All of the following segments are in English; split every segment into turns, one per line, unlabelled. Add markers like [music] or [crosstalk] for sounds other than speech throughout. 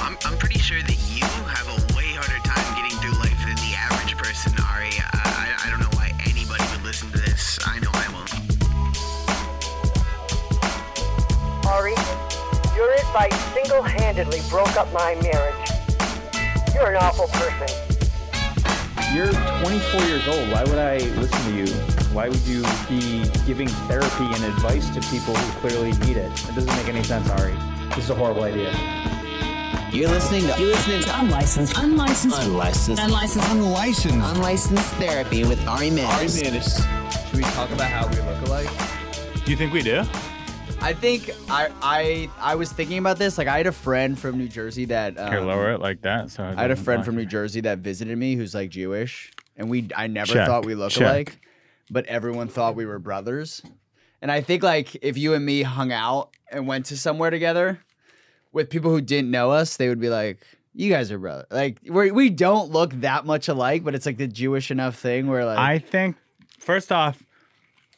I'm, I'm pretty sure that you have a way harder time getting through life than the average person, Ari. I, I, I don't know why anybody would listen to this. I know I won't.
Ari, your advice single handedly broke up my marriage. You're an awful person.
You're 24 years old. Why would I listen to you? Why would you be giving therapy and advice to people who clearly need it? It doesn't make any sense, Ari. This is a horrible idea.
You're listening to. You're listening to
Unlicensed. Unlicensed.
unlicensed.
Unlicensed.
Unlicensed.
unlicensed therapy with Ari Manis.
Should we talk about how we look alike?
You think we do?
I think I I I was thinking about this. Like I had a friend from New Jersey that um,
Here, lower it like that. So
I had a friend from New Jersey that visited me who's like Jewish, and we I never
Check,
thought we looked
check.
alike, but everyone thought we were brothers. And I think like if you and me hung out and went to somewhere together with people who didn't know us, they would be like, "You guys are brother." Like we we don't look that much alike, but it's like the Jewish enough thing where like
I think first off,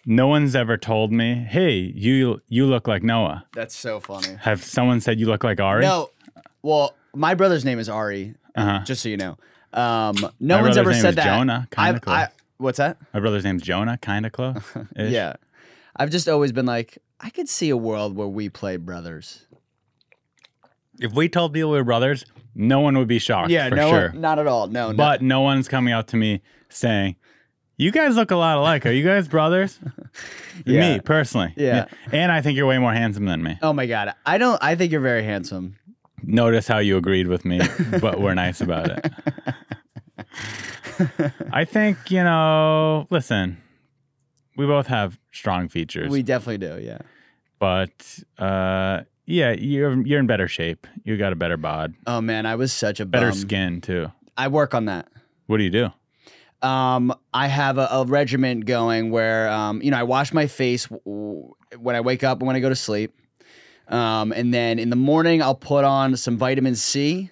no one's ever told me, "Hey, you you look like Noah."
that's so funny.
Have someone said you look like Ari?
No, well, my brother's name is Ari.
Uh-huh.
Just so you know, um, no
My
one's
brother's
ever
name
said
is
that.
Jonah, kinda
I've-
close.
I- what's that?
My brother's name's Jonah, kind of close.
[laughs] Yeah. I've just always been like, I could see a world where we play brothers.
If we told people we were brothers, no one would be shocked. for
no,
sure.
not at all. No,
but no one's coming up to me saying, "You guys look a lot alike. Are you guys brothers?"
[laughs] Yeah.
Me personally.
Yeah.
And I think you're way more handsome than me.
no. Oh my god, I don't. I think you're very handsome.
Notice how you agreed with me, but we're nice about
[laughs]
it. I think, you know, listen, we both have strong features,
We definitely do. Yeah.
but uh, yeah, you're you're in better shape. You got a better bod,
Oh man, I was such a
better
bum.
skin too.
I work on that.
What do you do?
Um, I have a, a regiment going where, um, you know, I wash my face w- w- when I wake up and when I go to sleep. Um, and then in the morning, I'll put on some vitamin C,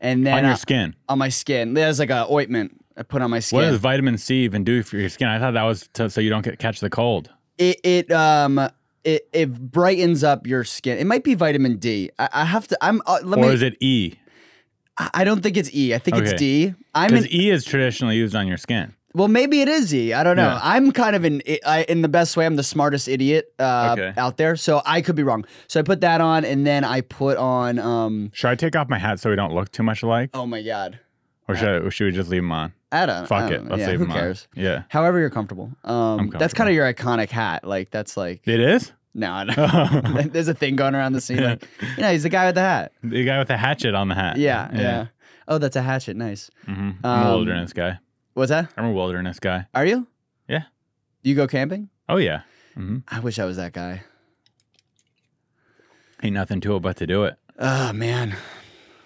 and uh, then
On your
I-
skin.
on my skin. There's like a ointment I put on my skin.
What does vitamin C even do for your skin? I thought that was to, so you don't get, catch the cold.
it it um it, it brightens up your skin. It might be vitamin D. I, I have to. I'm. Uh, let
or
me.
is it E?
I I don't think it's E. I think
Okay.
it's D. I'm
Because
an,
E is traditionally used on your skin.
well, maybe it is E. I don't know.
Yeah.
I'm kind of an i- I, in the best way. I'm the smartest idiot uh,
Okay.
out there, so I could be wrong. So I put that on, and then I put on. um
Should I take off my hat so we don't look too much alike,
Oh my god,
or should, I, or should we just leave them on?
I don't. I
Fuck
don't
it,
know.
let's
Oh, yeah,
leave
who
them
cares?
on. Yeah,
However you're comfortable. Um, that's kind
comfortable.
of your iconic hat. Like that's like
it is.
no.
[laughs]
I don't, [laughs] there's a thing going around the scene. Like, you know, he's the guy with the hat.
The guy with the hatchet on the hat.
Yeah, yeah. Oh, that's a hatchet. Nice.
hmm I'm
Um,
a wilderness guy.
What's that?
I'm a wilderness guy.
Are you?
Yeah.
You go camping?
Oh yeah. hmm
I wish I was that guy.
Ain't nothing to it but to do it.
Oh man,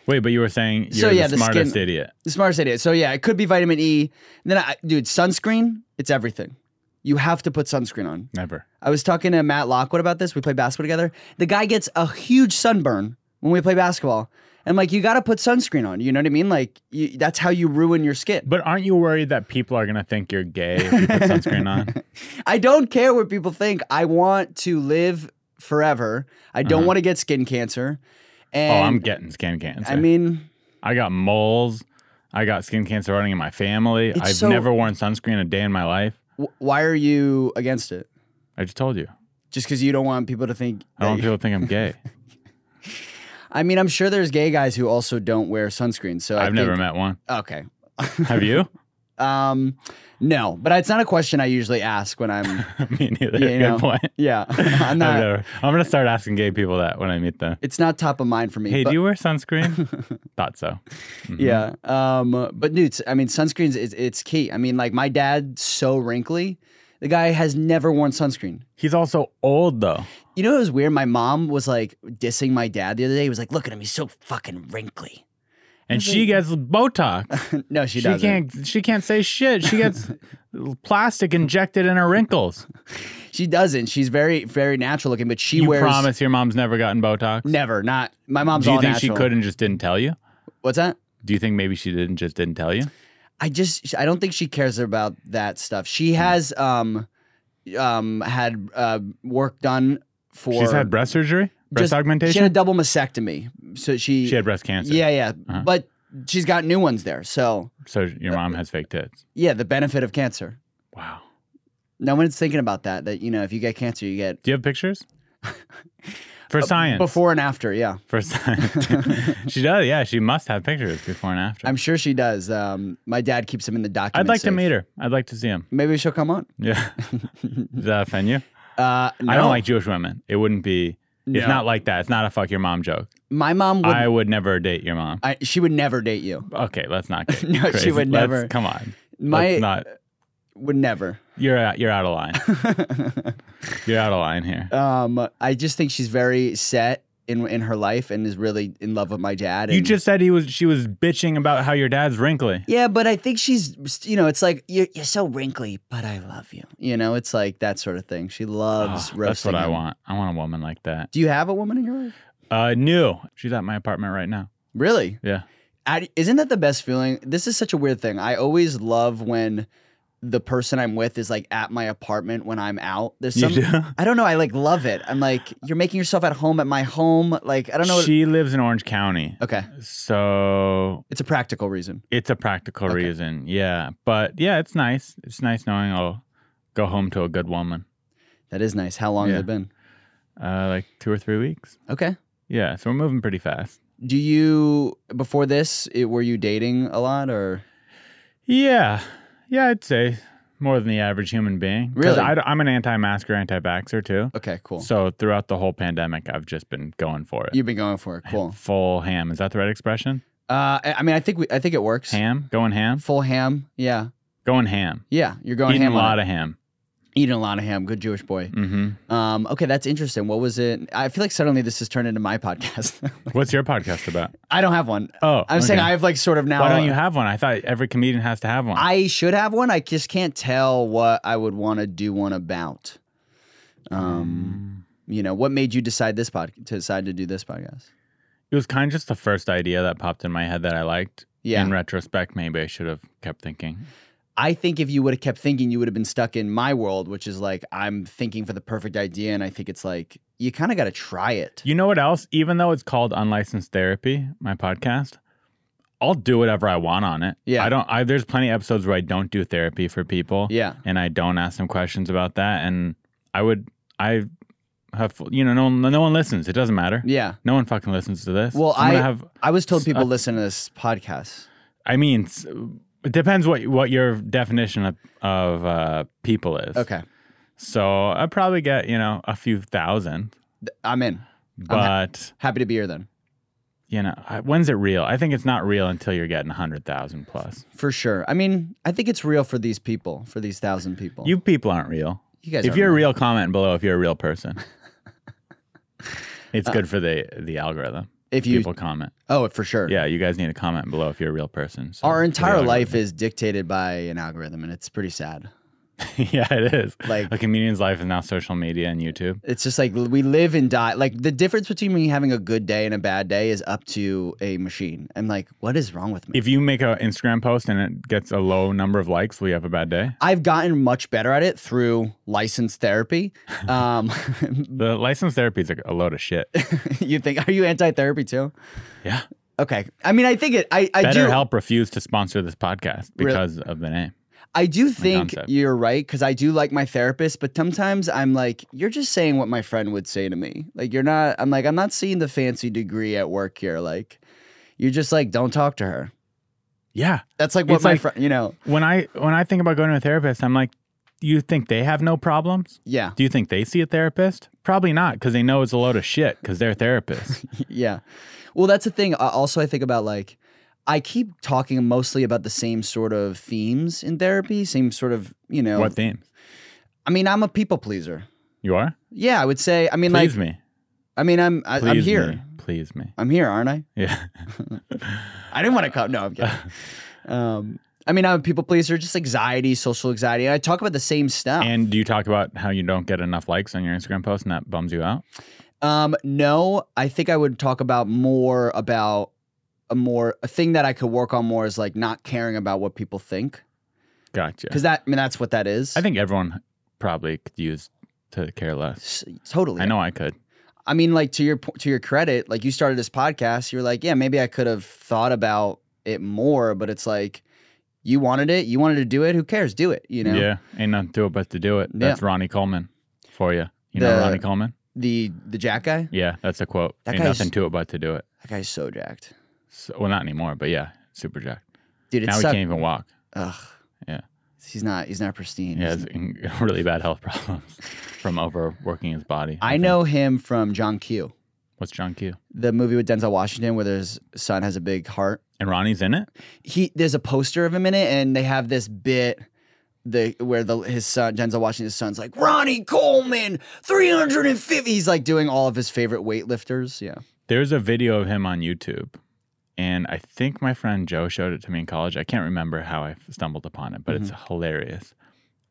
Wait, but you were saying
So,
you're
yeah,
the
the
smartest
skin-
idiot.
the smartest idea. So yeah, it could be vitamin E. And then, I, dude, sunscreen. It's everything. You have to put sunscreen on.
Never.
I was talking to Matt Lockwood about this. We play basketball together. The guy gets a huge sunburn when we play basketball. And like, you got to put sunscreen on. You know what I mean? Like, you, that's how you ruin your skin.
But aren't you worried that people are gonna think you're gay if
[laughs]
you put sunscreen on?
I don't care what people think. I want to live forever. I don't want to get skin cancer.
Mm-hmm. Oh,
And
I'm getting skin cancer.
I mean,
I got moles. I got skin cancer running in my family.
It's
I've
so-
never worn sunscreen a day in my life.
w- why are you against it?
I just told you.
Just because you don't want people to think.
I don't want
that-
people to think I'm gay.
I mean, I'm sure there's gay guys who also don't wear sunscreen. So [laughs] I
I've never
think-
met one.
Okay.
Have you? [laughs]
Um, no, but it's not a question I usually ask when
[laughs]
I'm.
Me neither.
Yeah, you
Good
know.
point.
yeah, [laughs]
I've
I'm not.
never- I'm gonna start asking gay people that when I meet them.
It's not top of mind for me.
Hey,
but,
do you Mm-hmm. wear sunscreen?
[laughs]
Thought so.
Yeah. Um, but dude, I mean, sunscreens is it's key. I mean, like my dad's so wrinkly, the guy has never worn sunscreen.
He's also old though.
You know what was weird? My mom was like dissing my dad the other day. He was like, "Look at him, he's so fucking wrinkly." [laughs]
And she gets Botox.
no, [laughs] she,
She
doesn't.
can't she can't say shit.
[laughs]
She gets plastic injected in her wrinkles.
She doesn't. She's very, very natural looking, but she
you
wears
promise your mom's never gotten Botox?
never. Not my mom's
Do you
all
think she
natural.
could and just didn't tell you?
What's that?
Do you think maybe she didn't just didn't tell you?
I just I don't think she cares about that stuff.
Hmm.
She has um um had uh work done for
She's had breast surgery,
just-
breast
She
augmentation.
had a double mastectomy. So she
She, had breast cancer.
Yeah, yeah.
Uh-huh.
But she's got new ones there. So
So your mom has fake tits.
yeah, the benefit of cancer.
Wow.
No one's thinking about that. That you know, if you get cancer, you get
Do you
[laughs]
have pictures? For science.
Uh, before and after. Yeah, [laughs]
For science. [laughs] she does. Yeah, she must have pictures before and after.
I'm sure she does. Um, my dad keeps him in the document.
I'd like to
safe.
meet her. I'd like to see him.
Maybe she'll come on.
Yeah. [laughs] Does that offend you?
Uh,
I
no.
don't like Jewish women. It wouldn't be. It's
No.
not like that. It's not a fuck your mom joke.
my mom. Would,
I
I,
would never date your mom.
she would never date you.
Okay, let's not.
[laughs]
Get
No, she
crazy.
would
Let's-
never.
Come on.
My
Let's not.
would never. [laughs]
You're out, you're out of line. you're out of line
[laughs]
here.
um, I just think she's very set in in her life and is really in love with my dad.
You
and-
just said he was. She was bitching about how your dad's wrinkly.
Yeah, but I think she's, you know, it's like you're, you're so wrinkly, but I love you. You know, it's like that sort of thing. She loves
Oh, that's
roasting.
what I
him.
want. I want a woman like that.
Do you have a woman in your life?
Uh, new. She's at my apartment right now.
Really?
Yeah.
I, isn't that the best feeling? This is such a weird thing. I always love when the person I'm with is like at my apartment when I'm out. There's
You
some.
do?
[laughs] I don't know. I like love it. I'm like, you're making yourself at home at my home. Like I don't know.
She lives in Orange County,
okay,
so
it's a practical reason.
it's a practical
Okay.
reason. Yeah, but yeah, it's nice. It's nice knowing I'll go home to a good woman.
That is nice. How long
Yeah.
has it been?
Uh, like two or three weeks.
Okay.
Yeah, so we're moving pretty fast.
Do you before this? It, were you dating a lot or?
Yeah, yeah, I'd say more than the average human being. 'Cause
Really?
I, am an anti-masker, anti-vaxxer too.
Okay, cool.
So uh, throughout the whole pandemic, I've just been going for it.
You've been going for it. Cool.
Full ham. Is that the right expression?
Uh, I I mean, I think we, I think it works.
Ham? Going ham?
Full ham. Yeah,
Going ham.
yeah. You're going
Eating
ham.
a
on
lot
it.
of ham.
eating a lot of ham. Good Jewish boy.
hmm
Um, okay, that's interesting. What was it? I feel like suddenly this has turned into my podcast. [laughs]
What's your podcast about?
I don't have one.
Oh,
I'm saying
okay.
I have like sort of now.
Why don't you have one? I thought every comedian has to have one.
I should have one. I just can't tell what I would want to do one about. Um,
Mm.
you know, what made you decide this pod to decide to do this podcast?
it was kind of just the first idea that popped in my head that I liked.
Yeah.
In retrospect, maybe I should have kept thinking.
I think if you would have kept thinking, you would have been stuck in my world, which is like I'm thinking for the perfect idea, and I think it's like you kind of got to try it.
You know what else? Even though it's called Unlicensed Therapy, my podcast, I'll do whatever I want on it.
Yeah.
I don't I there's plenty of episodes where I don't do therapy for people.
Yeah.
And I don't ask them questions about that. And I would I have you know, no one no one listens. It doesn't matter.
Yeah.
No one fucking listens to this.
Well,
I'm
I
gonna have
I was told
s-
people
uh,
listen to this podcast.
I mean s- it depends what what your definition of, of uh people is.
Okay,
So I probably get, you know, a few thousand.
Th- I'm in.
But
Happy to be here then,
you know, I, when's it real? I think it's not real until you're getting 100,000 plus.
for sure. I mean, I think it's real for these people, for these thousand people.
You people aren't real.
you guys,
If
aren't
you're
real.
real, comment below if you're a
[laughs]
real person. it's good for the the algorithm.
Uh, if you,
people comment.
oh, for sure.
Yeah, you guys need to comment below if you're a real person. so-
Our
for the
entire life
algorithm.
is dictated by an algorithm, and it's pretty sad.
[laughs] yeah, it is.
like-
a comedian's life is now social media and YouTube.
It's just like we live and die. Like the difference between me having a good day and a bad day is up to a machine. And like, what is wrong with me?
If you make an Instagram post and it gets a low number of likes, will you have a bad day?
I've gotten much better at it through licensed
[laughs]
therapy. Um, [laughs]
The licensed therapy is a, a load of shit.
you think? Are you anti-therapy too?
Yeah.
Okay. I mean, I think it. I, I do.
BetterHelp refused to sponsor this podcast
Really?
because of the name.
I do think
concept.
you're right because I do like my therapist, but sometimes I'm like, you're just saying what my friend would say to me. Like, you're not. I'm like, I'm not seeing the fancy degree at work here. Like, you're just like, don't talk to her.
Yeah.
That's like what
It's
my
like-
friend. You know.
when I when I think about going to a therapist, I'm like, do you think they have no problems?
Yeah.
Do you think they see a therapist? Probably not, because they know it's a load of shit because they're [laughs] therapists.
Yeah. Well, that's the thing. I- Also, I think about like, I keep talking mostly about the same sort of themes in therapy, same sort of, you know.
What themes?
I mean, I'm a people pleaser.
You are?
Yeah, I would say. I mean,
Please
like,
me.
I mean, I'm I,
Please
I'm here.
Me. Please me. [laughs]
I'm here, aren't I?
Yeah.
I didn't want to come. No, I'm
[laughs]
kidding. um, I mean, I'm a people pleaser, just anxiety, social anxiety. And I talk about the same stuff.
And do you talk about how you don't get enough likes on your Instagram post and that bums you out?
um, no, I think I would talk about more about a more a thing that I could work on more is like not caring about what people think
Gotcha.
because that I mean that's what that is.
I think everyone probably could use to care less.
S- totally.
I know I could.
I mean, like to your po- to your credit, like you started this podcast, you're like, yeah, maybe I could have thought about it more, but it's like you wanted it, you wanted to do it. Who cares? Do it. You know.
Yeah. Ain't nothing to it but to do it.
Yeah.
That's Ronnie Coleman for you. You know
The-
Ronnie Coleman?
The the Jack guy.
Yeah, that's a quote.
That
Ain't
guy's-
nothing to it but to do it.
That guy's so jacked,
So, well, not anymore, but yeah, super jacked.
dude. It's
Now he
suck-
can't even walk.
Ugh.
Yeah.
He's not. He's not pristine.
He
He's-
has in- [laughs] really bad health problems [laughs] from overworking his body.
I
think.
know him from John Q,
What's John Q?
the movie with Denzel Washington, where his son has a big heart.
And Ronnie's in it?
He there's a poster of him in it, and they have this bit. The, where the his son Denzel Washington's son's like Ronnie Coleman 350 he's like doing all of his favorite weightlifters yeah
There's a video of him on YouTube. And I think my friend Joe showed it to me in college. I can't remember how I stumbled upon it, but it's hilarious.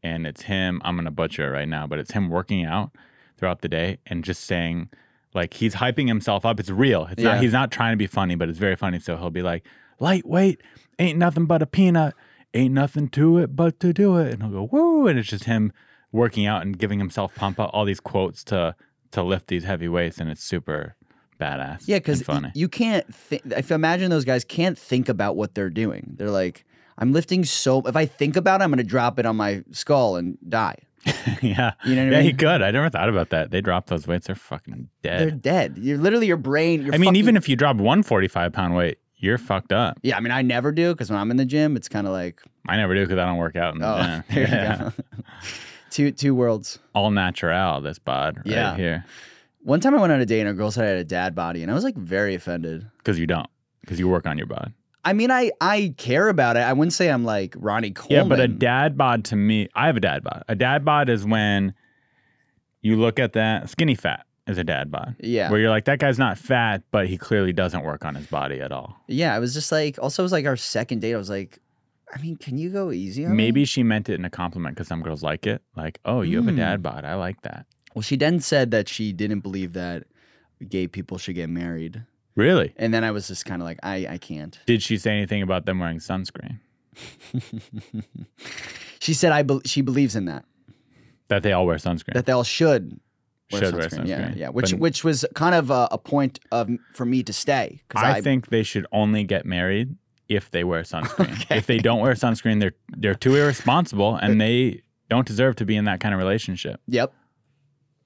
And it's him, I'm going to butcher it right now, but it's him working out throughout the day and just saying, like, he's hyping himself up. It's real. It's
Yeah.
not, he's not trying to be funny, but it's very funny. So he'll be like, lightweight, ain't nothing but a peanut, ain't nothing to it but to do it. And he'll go, woo. And it's just him working out and giving himself pump up all these quotes to, to lift these heavy weights. And it's super badass.
Yeah,
and
because
funny.
you can't. Th- if imagine those guys can't think about what they're doing. They're like, I'm lifting so. If I think about it, I'm going to drop it on my skull and die.
[laughs] yeah.
You know what I
yeah,
mean?
he could. I never thought about that. They drop those weights, they're fucking
They're
dead.
dead. You're literally your brain. Your
I mean,
fucking-
even if you drop one 45 pound weight, you're fucked up.
yeah, I mean, I never do because when I'm in the gym, it's kind of like,
I never do because I don't work out. In the
oh, [laughs]
gym.
there
Yeah.
you go. two two worlds.
All natural, this bod right
Yeah.
here.
One time I went on a date and a girl said I had a dad body, and I was like very offended.
Because you don't. Because you work on your bod.
I mean, I I care about it. I wouldn't say I'm like Ronnie
Yeah,
Coleman.
but a dad bod to me, I have a dad bod. A dad bod is when you look at that skinny fat is a dad bod.
Yeah.
Where you're like, that guy's not fat, but he clearly doesn't work on his body at all.
Yeah, I was just like. Also, it was like our second date. I was like, I mean, can you go easy on me?
Maybe she meant it in a compliment because some girls like it. Like, oh, you have
Mm.
a dad bod. I like that.
Well, she then said that she didn't believe that gay people should get married.
Really?
And then I was just kind of like, I, I can't.
Did she say anything about them wearing sunscreen?
[laughs] she said I bel she believes in that,
That they all wear sunscreen.
that they all should wear,
Should
sunscreen.
wear
Yeah,
sunscreen.
yeah. Which,
But-
which was kind of a, a point of for me to stay. 'cause
I, think they should only get married if they wear
[laughs]
sunscreen. If they don't wear sunscreen, they're they're too irresponsible
[laughs]
and they don't deserve to be in that kind of relationship.
Yep.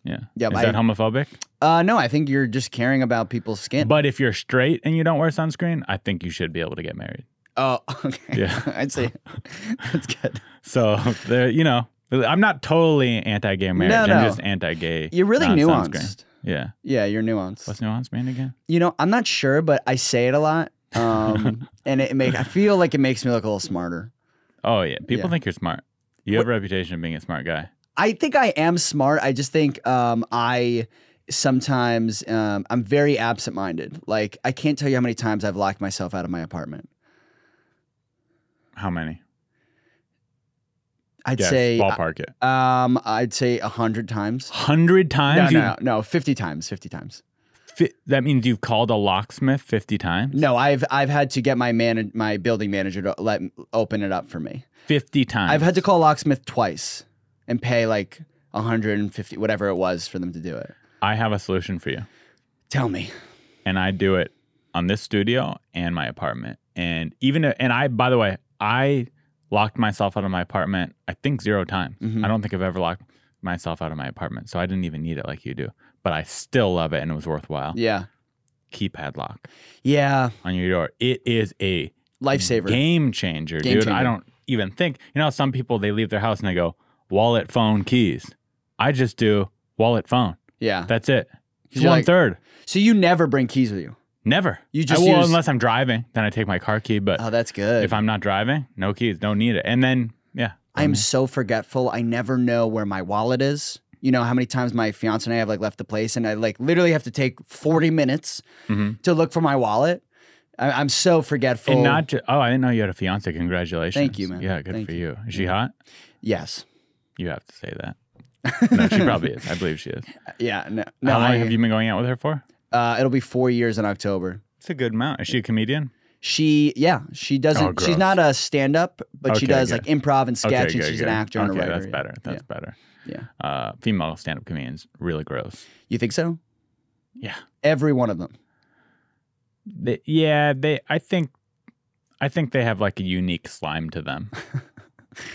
Yeah.
Yeah,
Is
I-
that homophobic?
Uh, no, I think you're just caring about people's skin.
But if you're straight and you don't wear sunscreen, I think you should be able to get married.
oh, [laughs] okay.
Yeah.
I'd say [laughs] that's good.
So [laughs] there, you know, I'm not totally anti-gay marriage.
no.
I'm just anti-gay.
You're really
not
nuanced.
sunscreen. Yeah.
Yeah, you're nuanced.
What's nuance mean again?
you know, I'm not sure, but I say it a lot.
[laughs]
Um, and it make I feel like it makes me look a little smarter.
Oh yeah, people
Yeah.
think you're smart. You have a reputation of being a smart guy.
I think I am smart. I just think um, I sometimes um, I'm very absent-minded. Like I can't tell you how many times I've locked myself out of my apartment.
How many?
I'd
Guess.
say uh,
ballpark it.
um, I'd say a hundred times.
Hundred
No,
times. you-
no, no, fifty times, fifty times.
fi- that means you've called a locksmith fifty times.
No, I've I've had to get my man my building manager to let open it up for me.
fifty times.
I've had to call locksmith twice and pay like hundred and fifty whatever it was for them to do it.
I have a solution for you,
Tell me.
and I do it on this studio and my apartment, and even and I. By the way, I locked myself out of my apartment. I think zero times.
Mhm.
I don't think I've ever locked myself out of my apartment, so I didn't even need it like you do. But I still love it, and it was worthwhile.
Yeah.
Keypad lock
Yeah.
on your door. It is a
Lifesaver.
Game changer,
Game
dude.
changer.
I don't even think. You know, some people they leave their house and they go wallet, phone, keys. I just do wallet, phone.
Yeah.
That's it. It's
You're
one
like-
third.
So you never bring keys with you.
Never.
You
I
just
will,
use-
unless I'm driving, then I take my car key. But
Oh, that's good.
if I'm not driving, no keys, don't need it. And then yeah,
I'm so forgetful. I never know where my wallet is. You know how many times my fiance and I have like left the place, and I like literally have to take 40 minutes
Mhm.
to look for my wallet. I- I'm so forgetful.
and not ju- oh, I didn't know you had a fiance. Congratulations.
Thank you, man.
Yeah, good
Thank
for you. Is she hot?
yes.
You have to say
[laughs]
that. no, she probably is. I believe she is.
Yeah. No. no
How long
I,
have you been going out with her for?
Uh, it'll be four years in October.
It's a good amount. Is she a comedian?
She yeah, she doesn't she's
Oh, gross.
not a stand up, but she
Okay,
does
good.
like improv and sketch and
good,
she's
good.
an actor and a
Okay,
writer.
that's
yeah.
better. That's better.
Yeah.
Uh, female stand up comedians, really gross.
Yeah. You think so?
Yeah.
Every one of them.
They, yeah, they. I think, I think they have like a unique slime to them.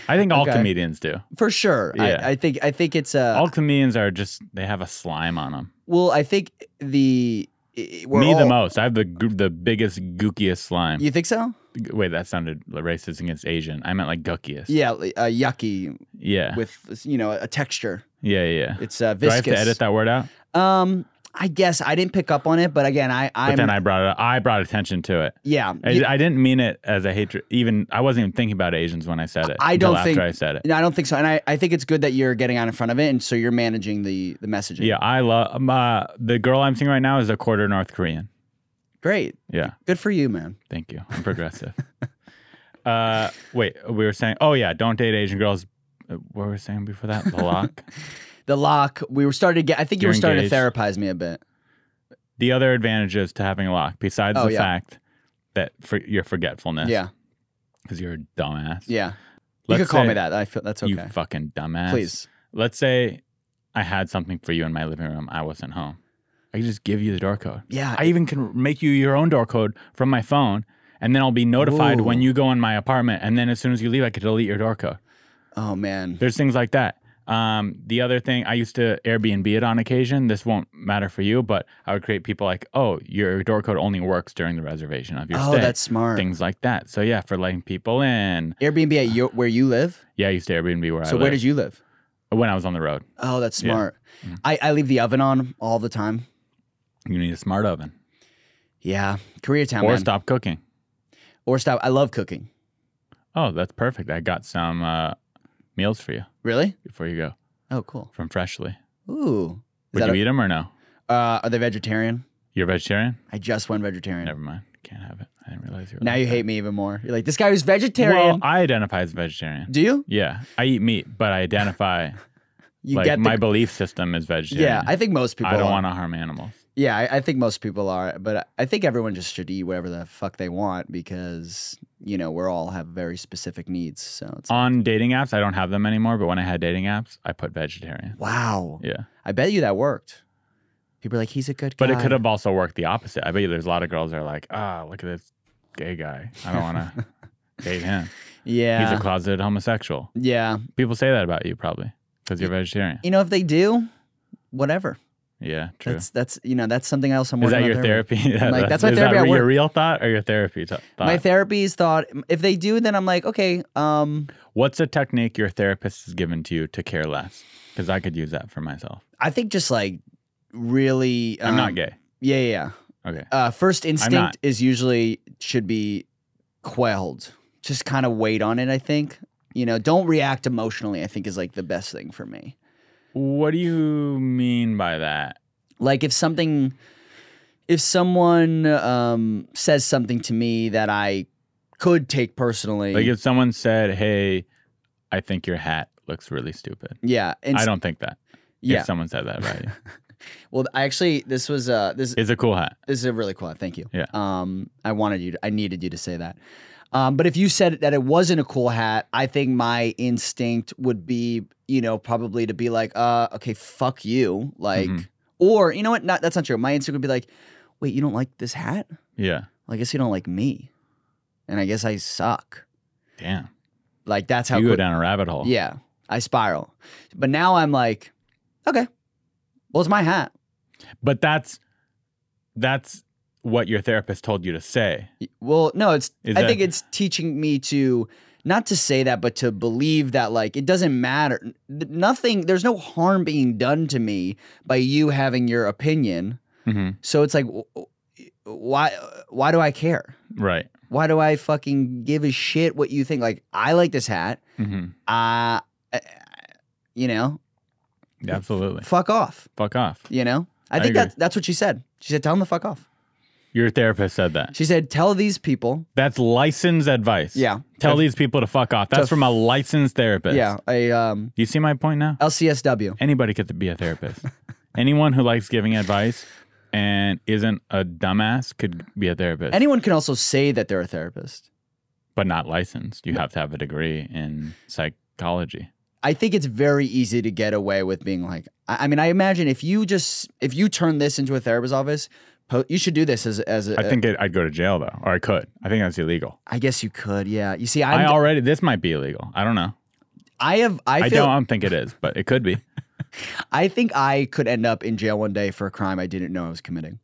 I think all
Okay.
comedians do.
For sure.
Yeah.
I, I think I think it's uh
all comedians are just they have a slime on them.
well, I think the i- we're
Me the
all-
most. I have the goo- the biggest gookiest slime.
You think so?
G- Wait, that sounded racist against Asian. I meant like guckiest.
Yeah, li- uh, yucky
yeah,
with you know a texture.
yeah, yeah. yeah.
It's uh,
Do I
viscous.
have to edit that word out?
Um, I guess I didn't pick up on it, but again, I
But
I'm
then I brought it. I brought attention to it.
yeah.
I, I didn't mean it as a hatred. Even I wasn't even thinking about Asians when I said it.
I
until
don't
after
think-
I said it.
No, I don't think so. And I, I think it's good that you're getting out in front of it. And so you're managing the, the messaging.
Yeah, I love um, uh, the girl I'm seeing right now is a quarter North Korean.
Great.
Yeah,
Good for you, man.
thank you. I'm progressive. [laughs] uh, wait, we were saying. Oh yeah, don't date Asian girls. Uh, What were we saying before
[laughs]
that? Balak.
The lock, we were starting to get, I think you
You're
were starting
engaged.
to therapize me a bit.
the other advantages to having a lock, besides
Oh,
the
yeah.
fact that for your forgetfulness,
Yeah.
because you're a dumbass.
Yeah.
Let's
you could call
say-
me that. I feel that's okay.
you fucking dumbass.
Please.
Let's say I had something for you in my living room. I wasn't home. I could just give you the door code.
Yeah.
I even can make you your own door code from my phone, and then I'll be notified
Ooh.
when you go in my apartment. And then as soon as you leave, I could delete your door code.
oh, man.
There's things like that. Um, the other thing, I used to Airbnb it on occasion. This won't matter for you, but I would create people like, oh, your door code only works during the reservation of your
Oh,
stay.
that's smart.
Things like that. So yeah, for letting people in.
Airbnb at your, where you live.
Yeah, I used to Airbnb where I
so where did you live?
you when I was on the road?
Oh, that's
Yeah. Mm.
smart. I, I leave the oven on all the time.
You need a smart oven
Yeah. Koreatown.
or
man.
stop cooking.
Or stop. I love cooking.
Oh, that's perfect. I got some uh, meals for you
Really?
before you go
Oh, cool.
from Freshly.
Ooh. Is
Would
that
you
a-
eat them or no?
Uh, are they vegetarian?
You're vegetarian.
I just went vegetarian.
Never mind. Can't have it. I didn't realize you. Were
Now
like
you
that.
hate me even more. You're like, this guy was vegetarian.
Well, I identify as vegetarian.
Do you?
Yeah, I eat meat, but I identify
[laughs] You
like
get the,
my belief system is
Yeah,
vegetarian.
I think most people.
I don't
are.
want to harm animals.
Yeah, I, I think most people are, but I- I think everyone just should eat whatever the fuck they want because you know we're all have very specific needs. So it's
On dating apps, I don't have them anymore. But when I had dating apps, I put vegetarian.
wow.
Yeah,
I bet you that worked. People are like, he's a good guy.
but it could have also worked the opposite. I bet you there's a lot of girls that are like, ah, look at this gay guy. I
[laughs]
don't want to date him.
Yeah.
He's a closeted homosexual.
yeah.
People say that about you probably because you're vegetarian.
You know, if they do, whatever.
Yeah, true.
That's that's you know that's something else I'm
is
working
that
on
your
there.
therapy? [laughs] Yeah,
like, that's my
is
therapy at
That re- your
work.
real thought or your therapy th- thought?
My therapy's thought. If they do, then I'm like, okay, um,
What's a technique your therapist has given to you to care less? Because I could use that for myself.
I think just like really.
I'm not
um,
gay.
Yeah, yeah. yeah.
Okay.
Uh, first
not.
instinct is usually should be quelled. Just kind of wait on it. I think you know, don't react emotionally. I think is like the best thing for me.
What do you mean by that?
Like if something, if someone um, says something to me that I could take personally,
Like if someone said, "Hey, I think your hat looks really stupid."
yeah,
I
inst-
don't think that.
yeah.
If someone said that about you.
[laughs] well, I actually this was uh this
It's a cool hat.
This is a really cool. hat. Thank you.
Yeah.
Um, I wanted you. To, I needed you to say that. Um, but if you said that it wasn't a cool hat, I think my instinct would be, you know, probably to be like, uh, okay, fuck you, like,
Mhm.
or you know what? Not that's not true. My instinct would be like, wait, you don't like this hat?
Yeah.
Well, I guess you don't like me, and I guess I suck.
Damn.
Like that's how
you go
quick-
down a rabbit hole.
Yeah, I spiral. But now I'm like, okay, well, it's my hat.
But that's that's what your therapist told you to say.
Well, no, it's.
Is
I
that-
think it's teaching me to not to say that, but to believe that like it doesn't matter. N- Nothing. There's no harm being done to me by you having your opinion.
Mhm.
So it's like, w- w- why? Why do I care?
Right.
Why do I fucking give a shit what you think? Like, I like this hat.
hmm
Uh, uh, you know,
Absolutely.
fuck off.
Fuck off.
You know.
I
I think
agree.
that that's what she said. She said, "Tell them to fuck off."
Your therapist said that.
She said, "Tell these people."
That's licensed advice.
Yeah.
Tell these people to fuck off. That's
to-
from a licensed therapist.
Yeah, a um,
You see my point now?
LCSW. [laughs]
Anybody could be a therapist. Anyone who likes giving advice and isn't a dumbass could be a therapist,
Anyone can also say that they're a therapist.
but not licensed. You have to have a degree in psychology.
I think it's very easy to get away with being like, I, I mean, I imagine if you just, if you turn this into a therapist's office, po- you should do this as, as a,
I think it, I'd go to jail though, or I could. I think that's illegal.
I guess you could. Yeah. You see,
i
I'm, I,
already. This might be illegal. I don't know.
have, I,
I,
feel,
don't, I don't think it is, but it could be.
I think I could end up in jail one day for a crime I didn't know I was committing.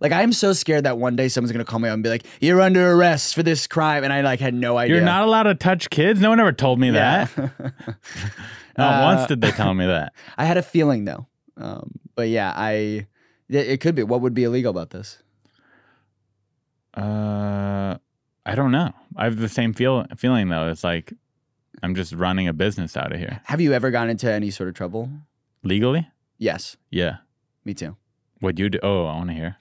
Like I am so scared that one day someone's gonna call me up and be like, "You're under arrest for this crime," and [laughs] I like had no idea.
You're not allowed to touch kids. No one ever told me that.
[laughs]
Not
Uh,
once did they tell me that.
I had a feeling though. Um, but yeah, I. It, it could be. What would be illegal about this?
Uh, I don't know. I have the same feel feeling though. It's like I'm just running a business out of here
Have you ever gotten into any sort of trouble?
legally.
Yes,
Yeah.
me too.
What you do? Oh, I want to hear.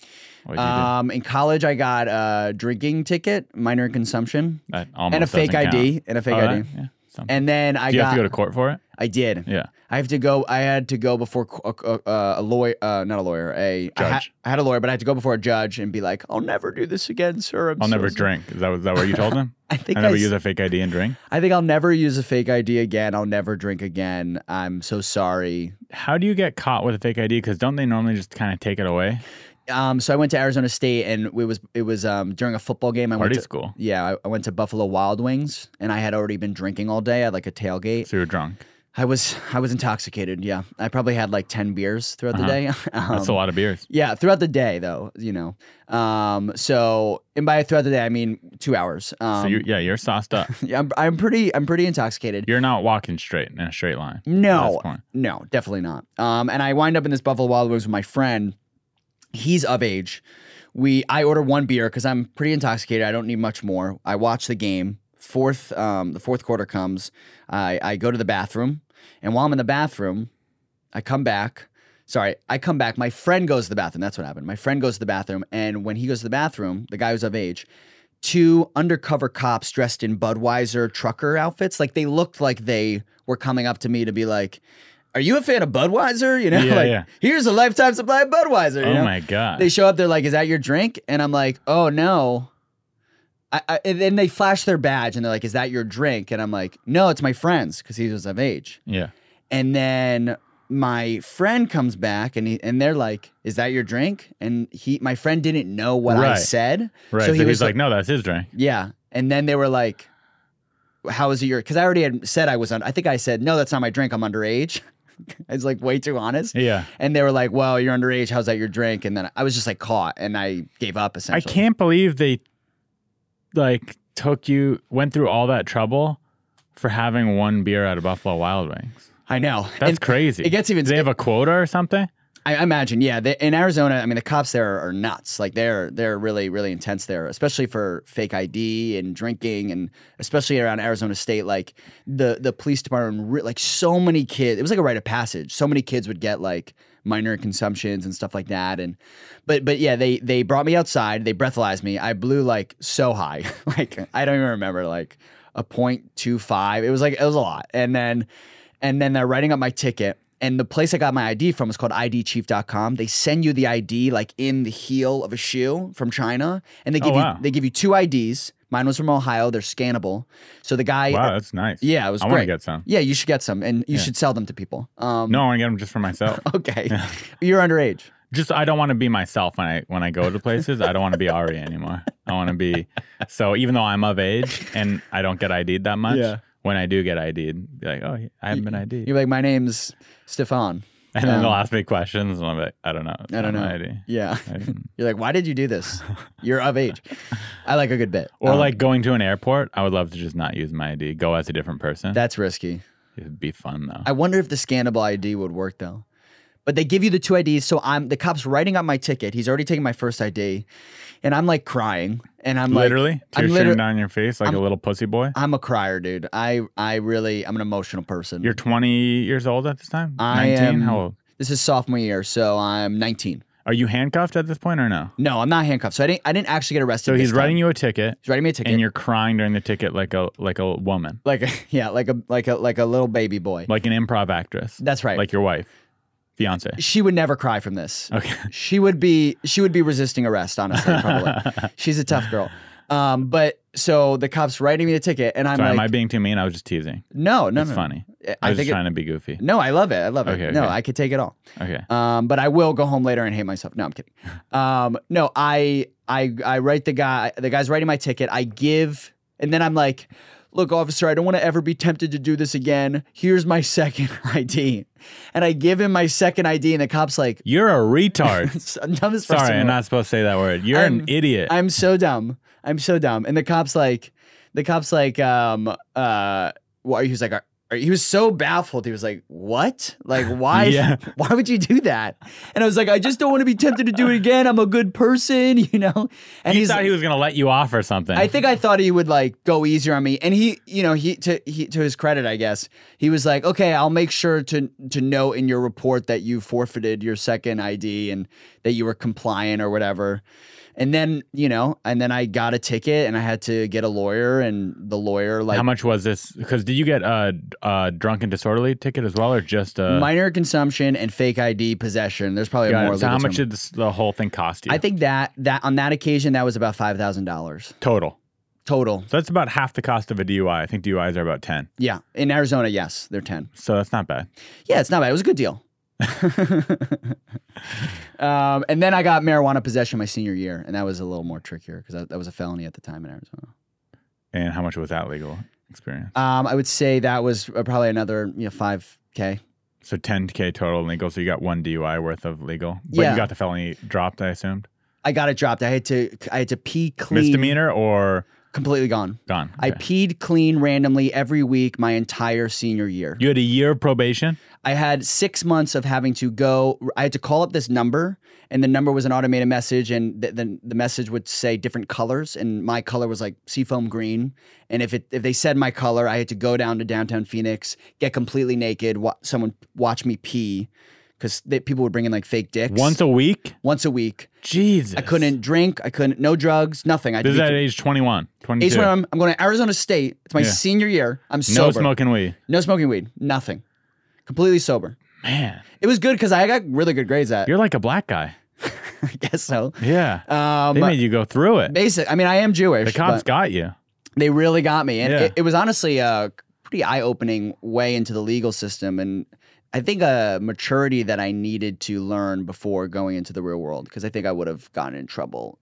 What you
Um, in college, I got a drinking ticket, minor in consumption,
do? That almost
and a fake
doesn't
ID,
count.
and a fake
Oh,
ID.
that- yeah. something.
And then I
do you
got.
have to go to court for it?
I did.
Yeah.
I have to go. I had to go before qu- a, a, a lawyer, uh, not a lawyer, a I, ha-
Judge.
I had a lawyer, but I had to go before a judge and be like, "I'll never do this again, sir." I'm
I'll
so
never
sorry."
drink. Is that, is that what you
[laughs]
told them?
I think I,
I never
s-
use a fake ID and drink.
I think I'll never use a fake ID again. I'll never drink again. I'm so sorry.
How do you get caught with a fake ID? Because don't they normally just kind of take it away?
Um, so I went to Arizona State, and it was it was um during a football game. I went
Party
to,
school.
yeah, I, I went to Buffalo Wild Wings, and I had already been drinking all day. I had like a tailgate.
So you're drunk.
I was I was intoxicated. Yeah, I probably had like ten beers throughout the
Uh-huh.
day. [laughs] um,
That's a lot of beers.
Yeah, throughout the day though, you know. Um, so and by throughout the day, I mean two hours. Um,
so you, yeah, you're
[laughs]
sauced up.
yeah, I'm, I'm pretty, I'm pretty intoxicated.
You're not walking straight in a straight line. At this
No,
point.
no, definitely not. Um, and I wind up in this Buffalo Wild Wings with my friend. He's of age. We, I order one beer because I'm pretty intoxicated. I don't need much more. I watch the game. Fourth, um, the fourth quarter comes. I, I go to the bathroom, and while I'm in the bathroom, I come back. Sorry, I come back. My friend goes to the bathroom. That's what happened. My friend goes to the bathroom, and when he goes to the bathroom, the guy who's of age, two undercover cops dressed in Budweiser trucker outfits, like they looked like they were coming up to me to be like, "Are you a fan of Budweiser?" You know,
Yeah,
like
yeah.
here's a lifetime supply of Budweiser. you
Oh
know?
my god.
They show up. They're like, "Is that your drink?" And I'm like, "Oh no." I, I, and then they flash their badge and they're like, "Is that your drink?" And I'm like, "No, it's my friend's because he was of age."
yeah.
And then my friend comes back and he, and they're like, "Is that your drink?" And he, my friend, didn't know what I
Right.
said,
Right.
so
So,
he
he's
was
like,
like-
no, that's his drink.
yeah. And then they were like, how is it your? Because I already had said I was on. I think I said no, that's not my drink. I'm underage. [laughs] it's like way too honest.
Yeah.
And they were like, well, you're underage. How's that your drink? And then I was just like caught, and I gave up
I
essentially.
can't believe they like took you went through all that trouble for having one beer at a Buffalo Wild Wings.
I know.
That's
And
crazy.
It gets even.
Do they have a quota or something?
I I imagine, yeah. They, in Arizona, I mean, the cops there are, are nuts. Like they're they're really really intense there, especially for fake ID and drinking, and especially around Arizona State. Like the the police department, re- like so many kids. It was like a rite of passage. So many kids would get like minor consumptions and stuff like that. And but but yeah, they they brought me outside. They breathalyzed me. I blew like so high, [laughs] like I don't even remember like a 0.25. It was like it was a lot. And then and then they're writing up my ticket. And the place I got my ID from was called idchief.com. They send you the ID like in the heel of a shoe from China, and they
Oh,
give
wow.
you they give you two IDs. Mine was from Ohio. They're scannable. So the guy,
Wow, that's nice.
yeah, it was
I want to
great.
get some.
yeah, you should get some, and you
Yeah.
should sell them to people. Um,
No, I want to get them just for myself.
[laughs]
[laughs]
okay, you're underage.
just I don't want to be myself when I when I go to places. I don't want to be Ari anymore. I want to be so even though I'm of age and I don't get ID'd that much.
Yeah.
When I do get ID'd, be like, oh, I haven't been ID'd,
You're like, my name's Stefan.
and then they'll
um,
ask me questions, and I'm like, I don't know. It's
I don't
not my
know.
ID. [laughs]
Yeah,
I didn't-
you're like, why did you do this? You're of
[laughs]
age. I like a good bit.
Or
Um,
like going to an airport, I would love to just not use my ID. Go as a different person.
that's risky.
It'd be fun though.
I wonder if the scannable ID would work though. But they give you the two IDs, so I'm the cop's writing up my ticket. He's already taken my first ID, and I'm like crying, and I'm
literally,
like,
tears
I'm
streaming
literally,
down your face like a little pussy boy.
I'm a crier, dude. I I really, I'm an emotional person.
You're 20 years old at this time.
I
19.
am-
How old?
this is sophomore year, so I'm 19.
Are you handcuffed at this point or no?
No, I'm not handcuffed, so I didn't I didn't actually get arrested.
So he's
writing
writing you a ticket,
He's writing me a ticket.
and you're crying during the ticket like a like a woman,
[laughs] like a, yeah, like a like a like a little baby boy.
like an improv actress,
That's right.
like your wife. Fiance.
She would never cry from this.
[laughs] Okay.
She would be she would be resisting arrest, honestly, probably.
[laughs]
She's a tough girl. Um, but so the cop's writing me a ticket and I'm
Sorry, am I
like,
being too mean? I was just teasing.
no, no,
It's
no.
funny. I
I
was just
think it,
trying to be goofy.
no, I love it. I love it.
Okay,
no,
okay.
I could take it all.
Okay.
Um, but I will go home later and hate myself. No, I'm kidding. Um, no, I I I write the guy. The guy's writing my ticket. I give, and then I'm like, "Look, officer, I don't want to ever be tempted to do this again. Here's my [laughs] second ID," and I give him my second ID, and the cop's like,
You're a retard.
"I'm dumb as
Sorry,
person."
I'm not supposed to say that word. You're an
I'm-
idiot.
I'm so dumb. I'm so dumb. And the cops like, the cops like, um, uh, why he was like, are, are- he was so baffled. He was like, what?
[laughs]
Like, why?
Yeah.
[laughs] Why would you do that? And I was like, I just don't want to be tempted to do it again. I'm a good person, [laughs] you know. And
you
he's.
thought he was gonna let you off or something.
I think I thought he would like go easier on me, and he, you know, he to he to his credit, I guess he was like, okay, I'll make sure to to note in your report that you forfeited your second ID and that you were compliant or whatever. And then you know, and then I got a ticket, and I had to get a lawyer, and the lawyer like
How much was this? Because did you get a, a drunk and disorderly ticket as well, or just a?
minor consumption and fake ID possession. There's probably
uh, Got
more.
it. So how
legal
much
term.
did this, the whole thing cost you?
I think that that on that occasion that was about five thousand dollars
total.
total.
So that's about half the cost of a DUI. I think DUIs are about ten.
Yeah, in Arizona, yes, they're ten.
So that's not bad.
Yeah, it's not bad. It was a good
[laughs]
deal. um, and then I got marijuana possession my senior year, and that was a little more trickier because that, that was a felony at the time in Arizona.
And how much was that legal experience?
Um, I would say that was uh, probably another you know five k.
So 10k total legal. So you got one DUI worth of legal, but you
Yeah.
got the felony dropped. I assumed
I got it dropped. I had to I had to pee clean,
misdemeanor or
completely gone.
gone.
I
Okay.
peed clean randomly every week my entire senior year.
you had a year of probation.
I had six months of having to go. I had to call up this number, and the number was an automated message, and th- then the message would say different colors, and my color was like seafoam green. And if it if they said my color, I had to go down to downtown Phoenix, get completely naked, wa- someone watch me pee, because people would bring in like fake dicks
Once a week.
once a week.
Jesus.
I couldn't drink. I couldn't no drugs, nothing. I
This is
did-
at age 21, 22.
Age when I'm, I'm going to Arizona State. It's my
Yeah.
senior year. I'm sober.
no smoking weed.
No smoking weed. Nothing. Completely sober.
Man,
It was good because I got really good grades at.
you're like a black guy.
[laughs] I guess so.
Yeah.
Um,
they made you go through it.
basic. I mean, I am Jewish.
The cops
but
got you.
they really got me, and
Yeah.
it, it was honestly a pretty eye-opening way into the legal system, and I think a maturity that I needed to learn before going into the real world because I think I would have gotten in trouble.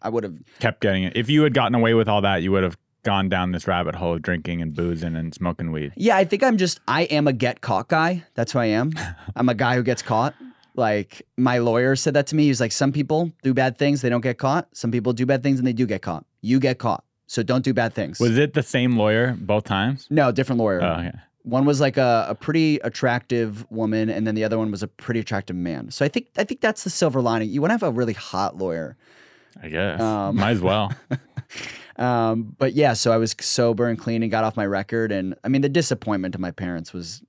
I would have.
Kept getting it. If you had gotten away with all that, you would have gone down this rabbit hole of drinking and boozing and smoking weed.
Yeah, I think I'm just. I am a get caught guy. That's who I
[laughs]
am. I'm a guy who gets caught. Like my lawyer said that to me. He was like, "Some people do bad things, they don't get caught. Some people do bad things, and they do get caught. You get caught, so don't do bad things."
Was it the same lawyer both times?
no, different lawyer.
Oh, yeah.
One was like a, a pretty attractive woman, and then the other one was a pretty attractive man. So I think I think that's the silver lining. You want to have a really hot lawyer.
I guess.
Um,
Might as well.
Um, but yeah, so I was sober and clean and got off my record. And I mean, the disappointment to my parents was.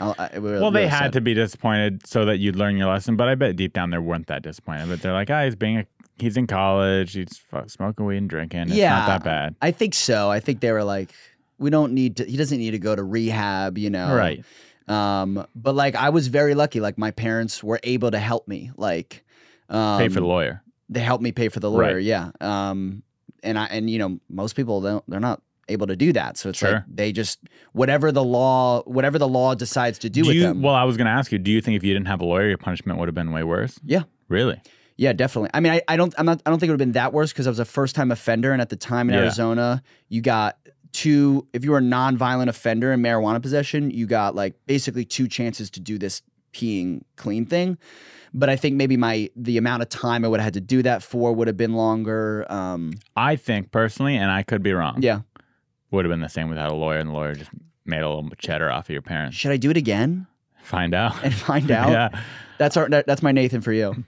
I, I- it was
well,
[laughs]
they
really
had
sad.
to be disappointed so that you'd learn your lesson, but I bet deep down they weren't that disappointed. But they're like, ah, he's being a, he's in college, he's fu- smoking weed and drinking. It's
Yeah.
not that bad.
I think so. I think they were like, we don't need to. He doesn't need to go to rehab, you know.
Right.
Um, but like, I was very lucky. Like my parents were able to help me. Like, um,
Pay for the lawyer.
they helped me pay for the
Right.
lawyer. Yeah. Um, and I and you know most people don't they're not able to do that. So it's like
Sure.
they just whatever the law whatever the law decides to do, with
you,
them.
Well, I was going to ask you, do you think if you didn't have a lawyer, your punishment would have been way worse?
Yeah.
Really?
yeah, definitely. I mean, I, I don't I'm not I don't think it would have been that worse because I was a first time offender, and at the time in
Yeah.
Arizona, you got two. If you were a nonviolent offender in marijuana possession, you got like basically two chances to do this peeing clean thing. But I think maybe my the amount of time I would have had to do that for would have been longer. Um,
I think personally, and I could be wrong.
yeah.
would have been the same without a lawyer, and the lawyer just made a little cheddar off of your parents.
Should I do it
[laughs]
again?
Find out. [laughs]
and find out.
yeah,
That's our that- that's my Nathan for
[laughs]
you.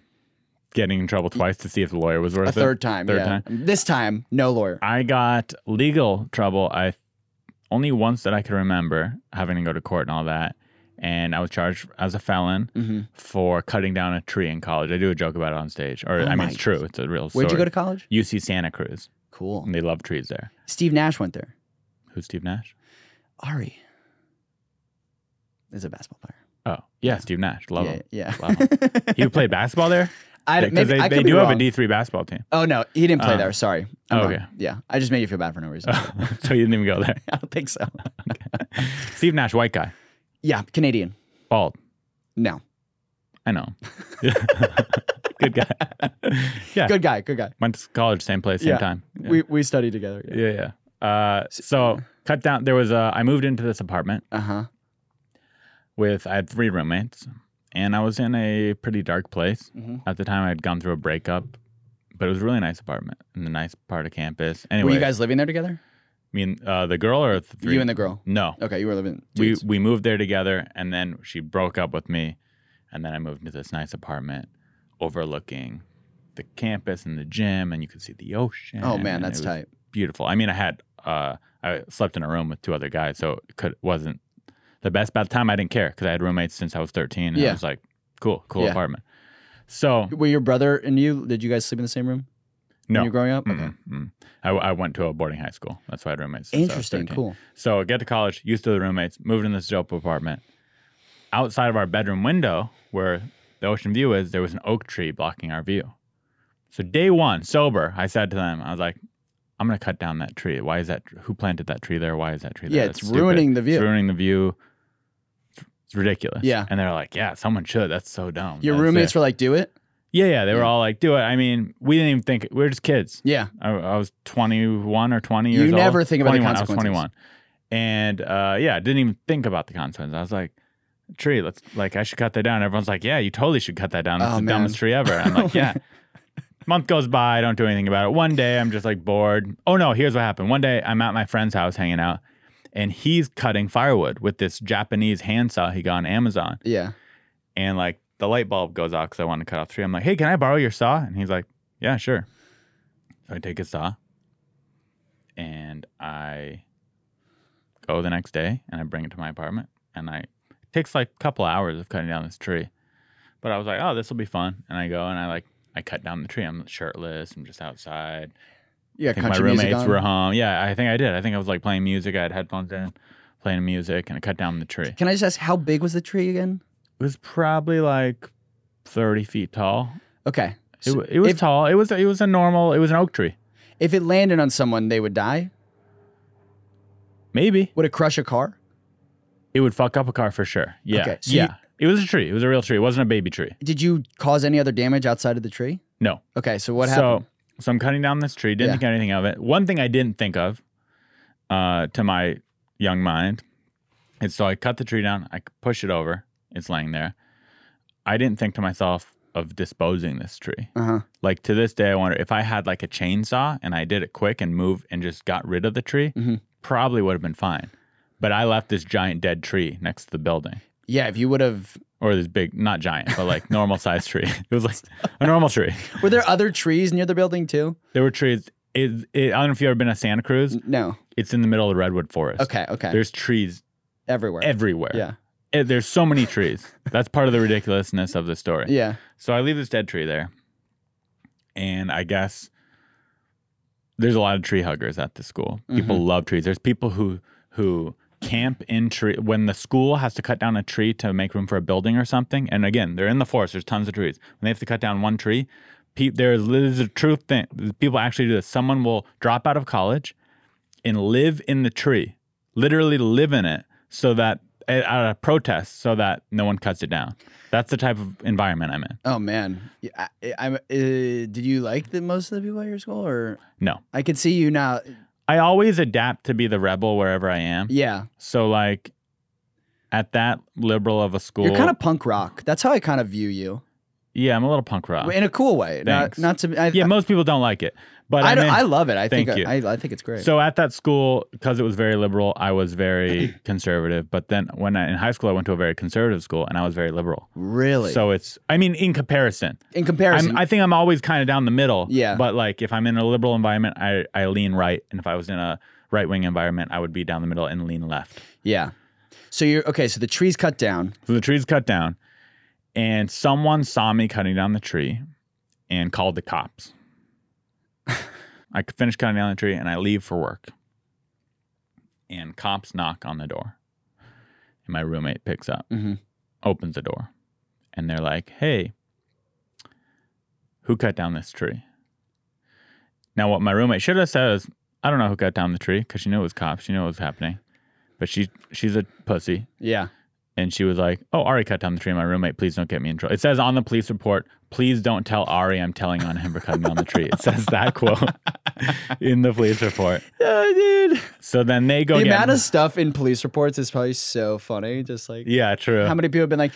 getting in trouble twice to see if the lawyer was worth
A
it.
third time.
Third
yeah.
time.
This time, no lawyer.
I got legal trouble. I only once that I could remember having to go to court and all that, and I was charged as a felon
hmm
for cutting down a tree in college. I do a joke about it on stage, or
Oh
I mean,
my-
it's true. It's a real.
Where'd you go to
story.
college?
UC Santa Cruz,
Cool.
and they love trees there.
Steve Nash went there.
Who's Steve Nash?
Ari is a basketball player.
Oh, yeah, Steve Nash. Love
yeah,
him.
yeah.
Love
[laughs]
him. he played basketball there?
I,
Because
maybe,
they,
I could
they
be
do have a
wrong.
D3 basketball team. [laughs]
Oh no, he didn't play
Uh,
there. Sorry.
oh,
wrong.
okay.
Yeah, I just made you feel bad for no
[laughs]
reason. [laughs]
Oh, so you didn't even go there.
I don't think so.
Steve Nash, white guy,
Yeah, Canadian.
bald.
No,
I know. [laughs] Good guy. [laughs] yeah.
good guy, good guy.
Went to college, same place, same
Yeah.
time. Yeah.
We we studied together. Yeah.
yeah, yeah. Uh, so cut down. There was a. I moved into this apartment
Uh huh.
with. I had three roommates, and I was in a pretty dark place
Mhm.
at the time. I had gone through a breakup, but it was a really nice apartment in the nice part of campus. Anyway,
Were you guys living there together?
I mean, uh, the girl or the three?
You and the girl.
no.
Okay, you were living.
we
dudes.
we moved there together and then she broke up with me and then i moved to this nice apartment overlooking the campus and the gym and you could see the ocean
oh man,
and
that's
it was
tight.
beautiful i mean i had uh i slept in a room with two other guys so it could wasn't the best by the time i didn't care because i had roommates since i was 13 and
Yeah.
i was like cool cool
Yeah.
apartment so
Were your brother and you? Did you guys sleep in the same room when
no
you were growing up? Okay.
mm-mm, mm. I, I went to a boarding high school that's why i had roommates since I was
Interesting.
13.
Cool.
So I get to college, used to the roommates, moved in this dope apartment. Outside of our bedroom window, where the ocean view is, there was an oak tree blocking our view. So day one, sober, I said to them, I was like, I'm gonna cut down that tree. Why is that? Who planted that tree there? Why is that tree there?
Yeah,
That's
it's ruining the
It's
view.
ruining the view. It's ridiculous.
Yeah.
And they're like, Yeah, someone should. That's so dumb.
Your
That's
roommates
it."
were like, "Do it."
Yeah, yeah. They were
Yeah.
all like, Do it. I mean, we didn't even think. We were just kids.
Yeah.
I, I was 21 or 20
You
years old.
never think about the
21,
consequences.
I was 21. And uh, yeah, I didn't even think about the consequences. I was like, tree, let's like, I should cut that down. Everyone's like, yeah, you totally should cut that down. That's
Oh,
the
man.
dumbest tree ever. I'm
[laughs]
like, yeah. Month goes by, I don't do anything about it. One day I'm just like bored. Oh no, here's what happened. One day I'm at my friend's house hanging out and he's cutting firewood with this Japanese handsaw he got on Amazon.
Yeah.
And like the light bulb goes out because I want to cut off tree. I'm like, hey, can I borrow your saw? And he's like, yeah, sure. So I take his saw and I go the next day and I bring it to my apartment and I it takes like a couple hours of cutting down this tree. But I was like, oh, this will be fun. And I go and I like I cut down the tree. I'm shirtless. I'm just outside.
Yeah.
I think my
Country music
roommates
on.
were home. Yeah, I think I did. I think I was like playing music. I had headphones in, playing music, and I cut down the tree.
Can I just ask how big was the tree again?
It was probably like thirty feet tall.
Okay.
It,
So
wa- it was
if,
tall. It was it was a normal. It was an oak tree.
if it landed on someone, they would die.
Maybe
Would it crush a car?
it would fuck up a car for sure. Yeah,
Okay, so you-
yeah. it was a tree. It was a real tree. It wasn't a baby tree.
Did you cause any other damage outside of the tree?
No.
Okay, so what happened?
So, so I'm cutting down this tree. Didn't
Yeah.
think anything of it. One thing I didn't think of, uh, to my young mind, is so I cut the tree down. I push it over. It's laying there. I didn't think to myself of disposing this tree.
Uh huh.
Like to this day, I wonder if I had like a chainsaw and I did it quick and move and just got rid of the tree,
Mhm.
probably would have been fine. But I left this giant dead tree next to the building,
Yeah, if you would have.
or this big, not giant,
[laughs]
but like normal sized tree. It was like a normal tree.
Were there other trees near the building too?
There were trees. It, it, I don't know if you've ever been to Santa Cruz.
N- No.
It's in the middle of the redwood forest.
Mm. Okay. Okay.
There's trees
Everywhere.
everywhere.
Yeah.
Eh, there's so many trees. That's part of the ridiculousness of the story.
Yeah.
So I leave this dead tree there. And I guess there's a lot of tree huggers at the school. People love trees. There's people who who camp in tree when the school has to cut down a tree to make room for a building or something. And again, they're in the forest. There's tons of trees. When they have to cut down one tree, pe- there's, there's a true thing. People actually do this. Someone will drop out of college and live in the tree, literally live in it, so that out of protest, so that no one cuts it down. That's the type of environment I'm in.
Oh man. Yeah, I, I, I'm- uh, did you like the most of the people at your school, or
No.
I could see you now?
I always adapt to be the rebel wherever I am.
Yeah.
So like at that liberal of a school.
You're kind of punk rock. That's how I kind of view you,
Yeah, I'm a little punk rock.
in a cool way. Not,
Ah. Thanks.
not to. I,
yeah, most people don't like it. But
I,
I,
don't-
mean,
I love it. I think.
Thank you.
I, I think it's great.
so at that school, because it was very liberal, I
[clears throat]
was very conservative. But then when I in high school I went to a very conservative school and I was very liberal.
really.
So it's I mean, in comparison.
in comparison,
I'm, I think I'm always kind of down the middle.
Yeah.
But like if I'm in a liberal environment, I, I lean right. And if I was in a right wing environment, I would be down the middle and lean left.
yeah. So you're okay. So the tree's cut down.
So the tree's cut down, and someone saw me cutting down the tree and called the cops. I finish cutting down the tree and I leave for work. And cops knock on the door. And my roommate picks up.
Mhm.
opens the door and they're like, hey, who cut down this tree? Now, what my roommate should have said is, I don't know who cut down the tree because she knew it was cops. She knew what was happening. But she she's a pussy.
Yeah.
And she was like, Oh, Ari cut down the tree. My roommate, please don't get me in trouble. It says on the police report, please don't tell Ari I'm telling on him for cutting down the tree. It says that quote [laughs] in the police report.
dude.
So then they go
The
get
amount of stuff in police reports is probably so funny. Just like
Yeah, true.
how many people have been like,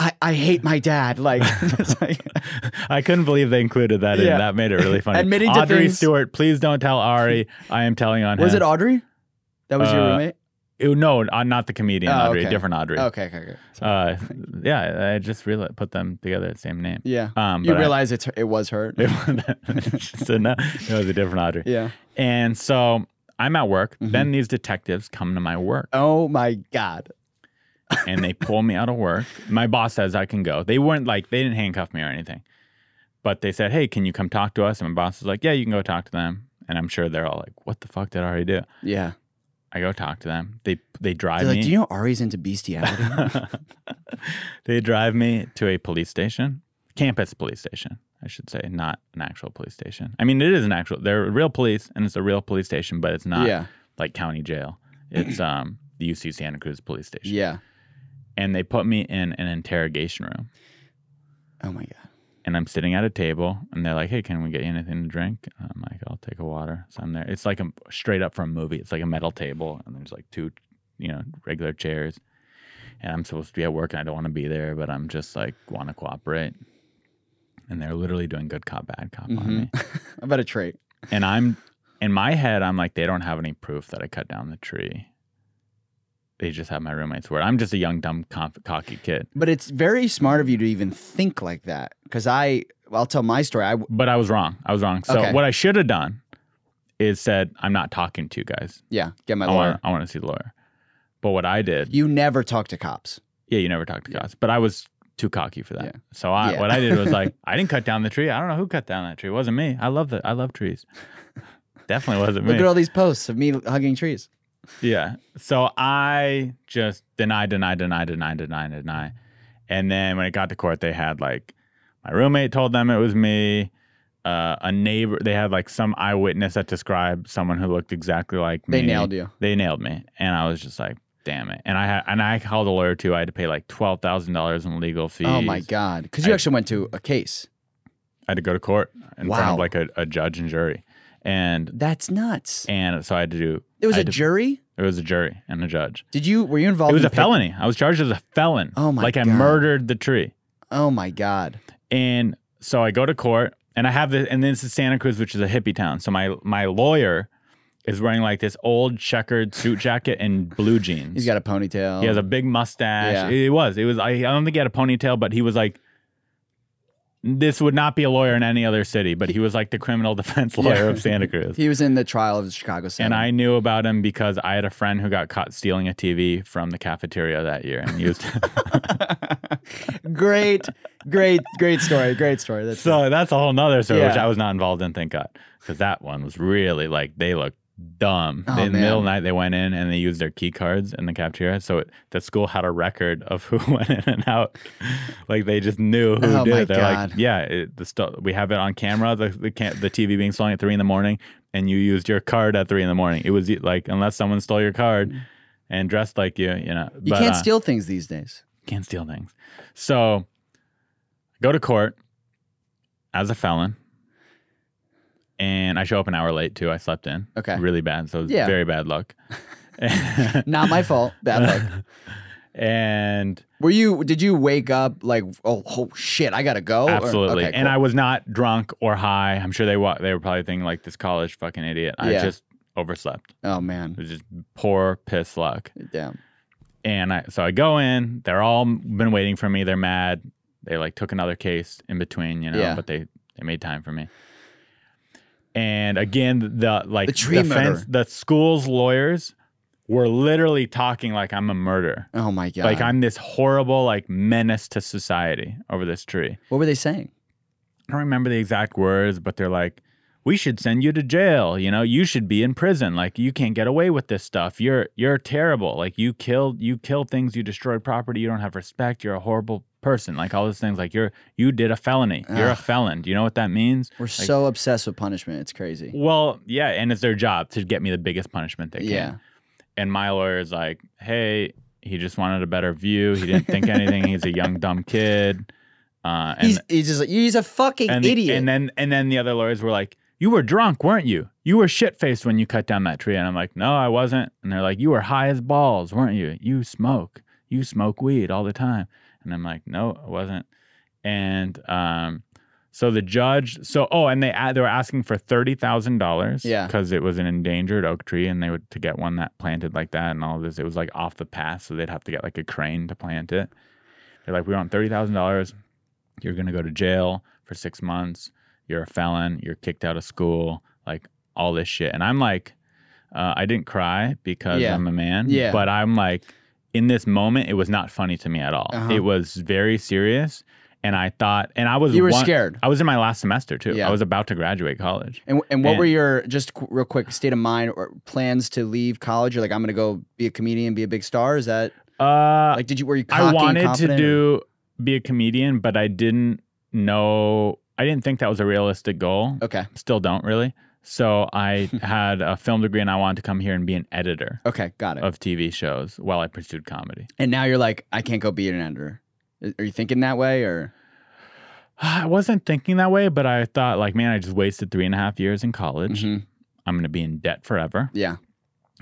I, I hate my dad.
[laughs]
Like, [laughs] just like-
I couldn't believe they included that
Yeah.
in. That made it really funny.
Admitting to
Audrey
things-
Stewart, please don't tell Ari I am telling on
was
him.
it Audrey? That was your
Uh,
roommate.
Ew, no, uh, not the comedian
Oh,
Audrey,
okay.
different Audrey.
Okay, okay, okay.
Uh, yeah, I just realized, put them together at the same name.
Yeah,
Um,
you
but I-
realize it's her, it was her.
[laughs] so no, it was a different Audrey.
[laughs] Yeah.
And so I'm at work.
Mm-hmm.
Then these detectives come to my work
Oh my god.
and they pull me out of work. My boss says I can go. They weren't like, they didn't handcuff me or anything. But they said, hey, can you come talk to us? And my boss is like, yeah, you can go talk to them. And I'm sure they're all like, what the fuck did Ari do?
Yeah.
I go talk to them. They they drive
They're like,
me.
do you know Ari's into bestiality? [laughs]
they drive me to a police station, campus police station, I should say, not an actual police station. I mean, it is an actual. They're real police, and it's a real police station, but it's [laughs] not
Yeah.
like county jail. It's um the UC Santa Cruz police station.
yeah.
And they put me in an interrogation room,
Oh my god.
and I'm sitting at a table, and they're like, "Hey, can we get you anything to drink?" And I'm like, "I'll take a water." So I'm there. It's like a straight up from a movie. It's like a metal table, and there's like two, you know, regular chairs. And I'm supposed to be at work, and I don't want to be there, but I'm just like want to cooperate. And they're literally doing good cop, bad cop on me.
About a trait.
And I'm in my head, I'm like, they don't have any proof that I cut down the tree. They just have my roommate's word. I'm just a young, dumb, conf- cocky kid.
But it's very smart of you to even think like that. Because I, I'll tell my story. I
But I was wrong. I was wrong. So
Okay.
what I should have done is said, I'm not talking to you guys.
yeah, get my
I
lawyer.
want, I want to see the lawyer. But what I did,
You never talk to cops.
yeah, you never talked to cops. But I was too cocky for that.
Yeah.
So I,
Yeah.
what I did
[laughs]
was like, I didn't cut down the tree. I don't know who cut down that tree. It wasn't me. I love the, I love trees. [laughs] Definitely wasn't me.
Look at all these posts of me hugging trees.
Yeah. So I just deny, deny, deny, deny, deny, deny. And then when it got to court, they had like my roommate told them it was me. Uh, a neighbor, they had like some eyewitness that described someone who looked exactly like me.
They nailed you.
They nailed me, and I was just like, "Damn it!" And I had, and I called a lawyer too. I had to pay like twelve thousand dollars in legal fees.
Oh my god. Because you
I-
actually went to a case.
I had to go to court in front
Wow.
of like a, a judge and jury, and
That's nuts.
and so I had to do.
It was
I
a
had to-
jury.
It was a jury and a judge.
Did you? Were you involved?
It was
in
a
the pic-
felony. I was charged as a felon.
Oh my
Like I
God.
murdered the tree.
Oh my god.
And so I go to court and I have the and this is Santa Cruz, which is a hippie town. So my my lawyer is wearing like this old checkered suit jacket and blue jeans.
He's got a ponytail.
he has a big mustache.
Yeah.
It was. It was I, I don't think he had a ponytail, but he was like this would not be a lawyer in any other city, but he was like the criminal [laughs] defense lawyer of Santa
[laughs]
Cruz.
He was in the trial of the Chicago Seven.
And I knew about him because I had a friend who got caught stealing a TV from the cafeteria that year and used
great, great, great story. Great story. That's
So that's a whole nother story, which
Yeah.
I was not involved in, thank God. Because that one was really like they looked dumb.
Oh,
They- in the middle of the
man.
night, they went in and they used their key cards in the cafeteria. So it, the school had a record of [laughs] who went in and out. Like they just knew who
Oh,
did.
my
They're
God.
like, yeah, it, the sto- we have it on camera. The the, can- the TV being stolen at three in the morning, and you used your card at three in the morning. It was like unless someone stole your card and dressed like you, you know.
Mm. you
But,
can't
uh,
steal things these days.
can't steal things. So go to court as a felon. And I show up an hour late too. I slept in.
Okay.
Really bad. So it was
Yeah.
very bad luck.
[laughs]
[laughs]
Not my fault. Bad luck.
and
Were you? Did you wake up like, oh, oh shit, I gotta go? Or-
absolutely.
okay,
And
cool.
I was not drunk or high. I'm sure they wa- they were probably thinking like this college fucking idiot. I
Yeah.
just overslept.
Oh
It
man,
was just poor piss luck.
damn.
And I so I go in. They're all been waiting for me. They're mad. They like took another case in between, you know,
Yeah.
but they they made time for me. And again, the like
The tree murder.
the school's lawyers were literally talking like I'm a murderer.
Oh my god.
Like I'm this horrible like menace to society over this tree.
what were they saying?
I don't remember the exact words, but they're like, we should send you to jail. You know, you should be in prison. Like you can't get away with this stuff. You're you're terrible. Like you killed you kill things, you destroy property, you don't have respect, you're a horrible person. Like all those things. Like you're you did a felony. You're a felon. Do you know what that means?
We're so obsessed with punishment. It's crazy.
Well, yeah, and it's their job to get me the biggest punishment they can.
Yeah.
And my lawyer is like, hey, he just wanted a better view. He didn't think anything. He's a young, dumb kid. Uh, and
He's, he's just like, he's a fucking
and the-
idiot.
and then and then the other lawyers were like, "You were drunk, weren't you? You were shit faced when you cut down that tree." And I'm like, "No, I wasn't." And they're like, "You were high as balls, weren't you? You smoke, you smoke weed all the time." And I'm like, "No, I wasn't." And um, so the judge, so oh, and they a- they were asking for thirty thousand dollars,
Yeah.
because it was an endangered oak tree, and they would to get one that planted like that and all this. It was like off the path, so they'd have to get like a crane to plant it. They're like, "We want thirty thousand dollars." you're going to go to jail for six months. You're a felon. You're kicked out of school. Like all this shit. And I'm like, uh, I didn't cry because
Yeah.
I'm a man.
Yeah.
But I'm like, in this moment, it was not funny to me at all.
Uh-huh.
It was very serious. And I thought, and I was
You were scared.
I was in my last semester too.
Yeah.
I was about to graduate college.
and, and what
and-
were your just qu- real quick state of mind or plans to leave college? You're like, I'm gonna go be a comedian, be a big star. Is that
Uh,
like, did you were you? cocky
I
and
wanted to
confident or-
do be a comedian, but I didn't know. I didn't think that was a realistic goal.
Okay.
still don't really. So
[laughs]
I had a film degree and I wanted to come here and be an editor
Okay. Got it.
of TV shows while I pursued comedy. [sighs]
and now you're like, I can't go be an editor. I- Are you thinking that way or?
I wasn't thinking that way, but I thought like, man, I just wasted three and a half years in college.
Mhm.
I'm gonna be in debt forever,
Yeah.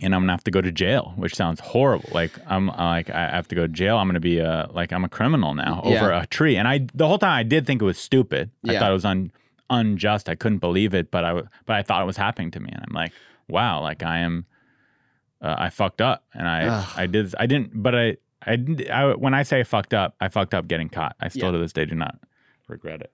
and I'm gonna have to go to jail, which sounds horrible. Like I'm uh, like I have to go to jail. I'm gonna be a like I'm a criminal now
Yeah.
over a tree. And I the whole time I did think it was stupid.
Yeah.
I thought it was un, unjust. I couldn't believe it, but I w- but I thought it was happening to me, and I'm like, wow, like I am uh, I fucked up and I
Ugh.
I did I didn't but I I, didn't, I when I say I fucked up I fucked up getting caught I still
Yeah.
to this day do not regret it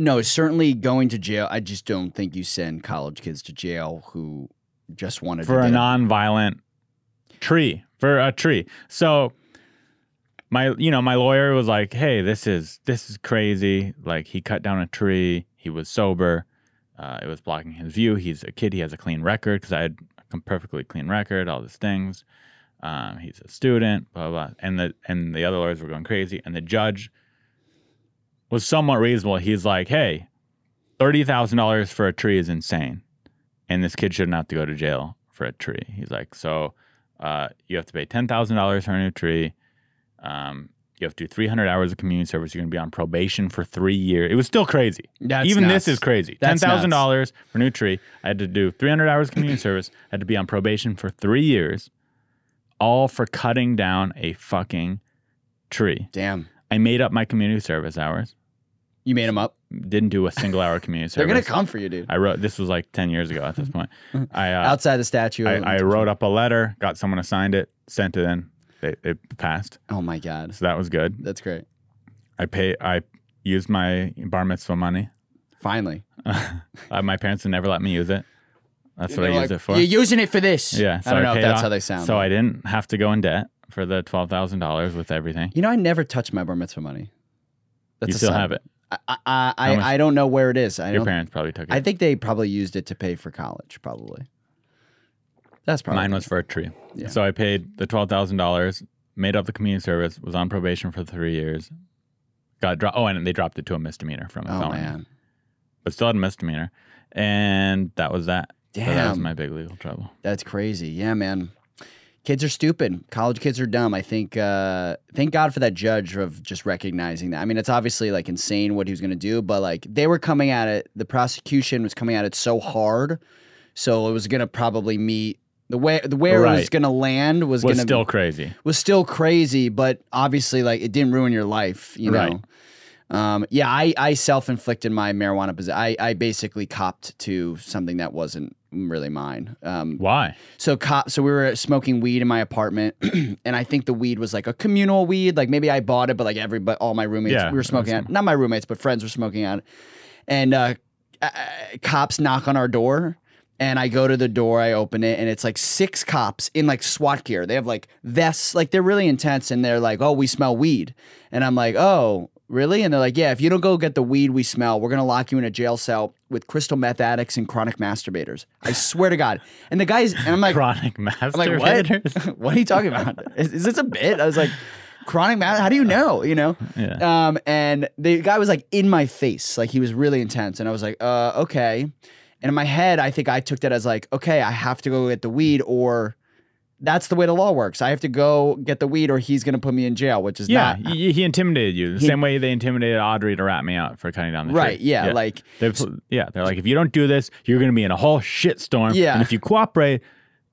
No, certainly going to jail. I just don't think you send college kids to jail who just wanted
for
to
a
get-
nonviolent tree for a tree so my you know my lawyer was like hey this is this is crazy like he cut down a tree he was sober uh, it was blocking his view he's a kid he has a clean record because i had a perfectly clean record all these things um, he's a student blah, blah blah and the and the other lawyers were going crazy and the judge was somewhat reasonable he's like hey $30000 for a tree is insane and this kid shouldn't have to go to jail for a tree. He's like, so uh, you have to pay ten thousand dollars for a new tree. Um, you have to do three hundred hours of community service. You're going to be on probation for three years. It was still crazy.
That's
Even
nuts.
this is crazy. Ten
That's
thousand dollars for a new tree. I had to do three hundred hours
[clears throat]
of community service. I had to be on probation for three years, all for cutting down a fucking tree.
Damn,
I made up my community service hours.
you made them up.
Didn't do a single hour of community
[laughs] They're
service.
gonna come for you, dude.
I wrote this was like ten years ago
[laughs]
at this point. I uh,
Outside the statue. of
I, I wrote up a letter, got someone to sign it, sent it in. It, it passed,
oh my god,
so that was good.
that's great.
I pay. I used my bar mitzvah money. [laughs]
Finally,
Uh, my parents would never let me use it. That's what I used it for.
You're using it for this.
yeah, so
I don't know
paid
if that's
off-
how they sound.
So I didn't have to go in debt for the twelve thousand dollars with everything.
you know, I never touched my bar mitzvah money. That's
you
a
still
side-
have it.
I, I,
How much-
I, I don't know where it is. I
Your
don't.
parents probably took it.
I think they probably used it to pay for college. Probably. That's probably
Mine was for a tree.
Yeah.
So I paid the twelve thousand dollars, made up the community service, was on probation for three years, got dropped. Oh, and they dropped it to a misdemeanor from a
Oh
felony.
man,
but still had a misdemeanor. And that was that. So that was
Damn.
my big legal trouble.
that's crazy. Yeah, man. Kids are stupid. College kids are dumb. I think. Uh, thank God for that judge of just recognizing that. I mean, it's obviously like insane what he was going to do, but like they were coming at it. The prosecution was coming at it so hard, so it was going to probably meet the way the where it was
Right.
going to land was,
Was
going to
still crazy.
was still crazy, but obviously, like it didn't ruin your life, you know.
Right.
Um, yeah, I, I self inflicted my marijuana. Possess- I I basically copped to something that wasn't really mine. Um,
Why?
so cop. So we were smoking weed in my apartment, [clears throat] and I think the weed was like a communal weed. Like maybe I bought it, but like everybody, all my roommates,
Yeah,
we were smoking
that's-
at. Not my roommates, but friends were smoking at. it. And uh, uh, cops knock on our door, and I go to the door. I open it, and it's like six cops in like SWAT gear. They have like vests, like they're really intense, and they're like, "Oh, we smell weed," and I'm like, "Oh." Really? And they're like, Yeah, if you don't go get the weed we smell, we're going to lock you in a jail cell with crystal meth addicts and chronic masturbators. I swear to God. And the guys, and I'm like,
Chronic
I'm like, [laughs]
masturbators.
what? what are you talking about? Is, is this a bit? I was like, chronic math. How do you know? You know.
Yeah.
Um, and the guy was like in my face, like he was really intense, and I was like, uh, okay. And in my head, I think I took that as like, okay, I have to go get the weed, or that's the way the law works. I have to go get the weed, or he's gonna put me in jail, which is
Yeah,
not
he, he intimidated you the same way they intimidated Audrey to rat me out for cutting down the tree.
right. Yeah, like
They're, yeah, they're like, if you don't do this, you're going to be in a whole shitstorm.
Yeah.
And if you cooperate,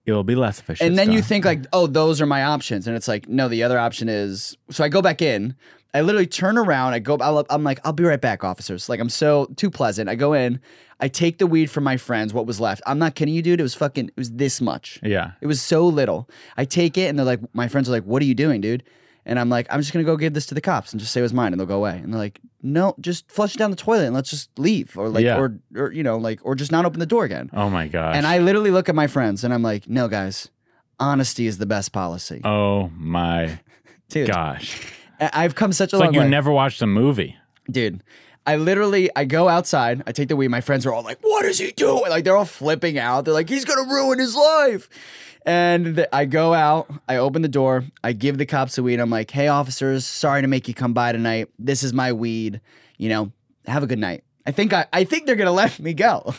it will be less of a shitstorm.
and then you think like oh those are my options and it's like no the other option is so i go back in i literally turn around i go I'll, i'm like i'll be right back officers like i'm so too pleasant i go in i take the weed from my friends what was left i'm not kidding you dude it was fucking it was this much
Yeah.
it was so little i take it and they're like my friends are like what are you doing dude and i'm like i'm just gonna go give this to the cops and just say it was mine and they'll go away and they're like no just flush it down the toilet and let's just leave or like
Yeah.
or, or you know like or just not open the door again
Oh my gosh.
and I literally look at my friends and I'm like, no, guys, honesty is the best policy.
Oh my
Dude,
gosh. It's
I- I've come such a long
like you
way.
never watched a movie.
Dude, I literally, I go outside, I take the weed. My friends are all like, what is he doing? Like, they're all flipping out. They're like, he's going to ruin his life. And th- I go out, I open the door, I give the cops the weed. I'm like, hey, officers, sorry to make you come by tonight. This is my weed. You know, have a good night. I think I, I think they're gonna let me go.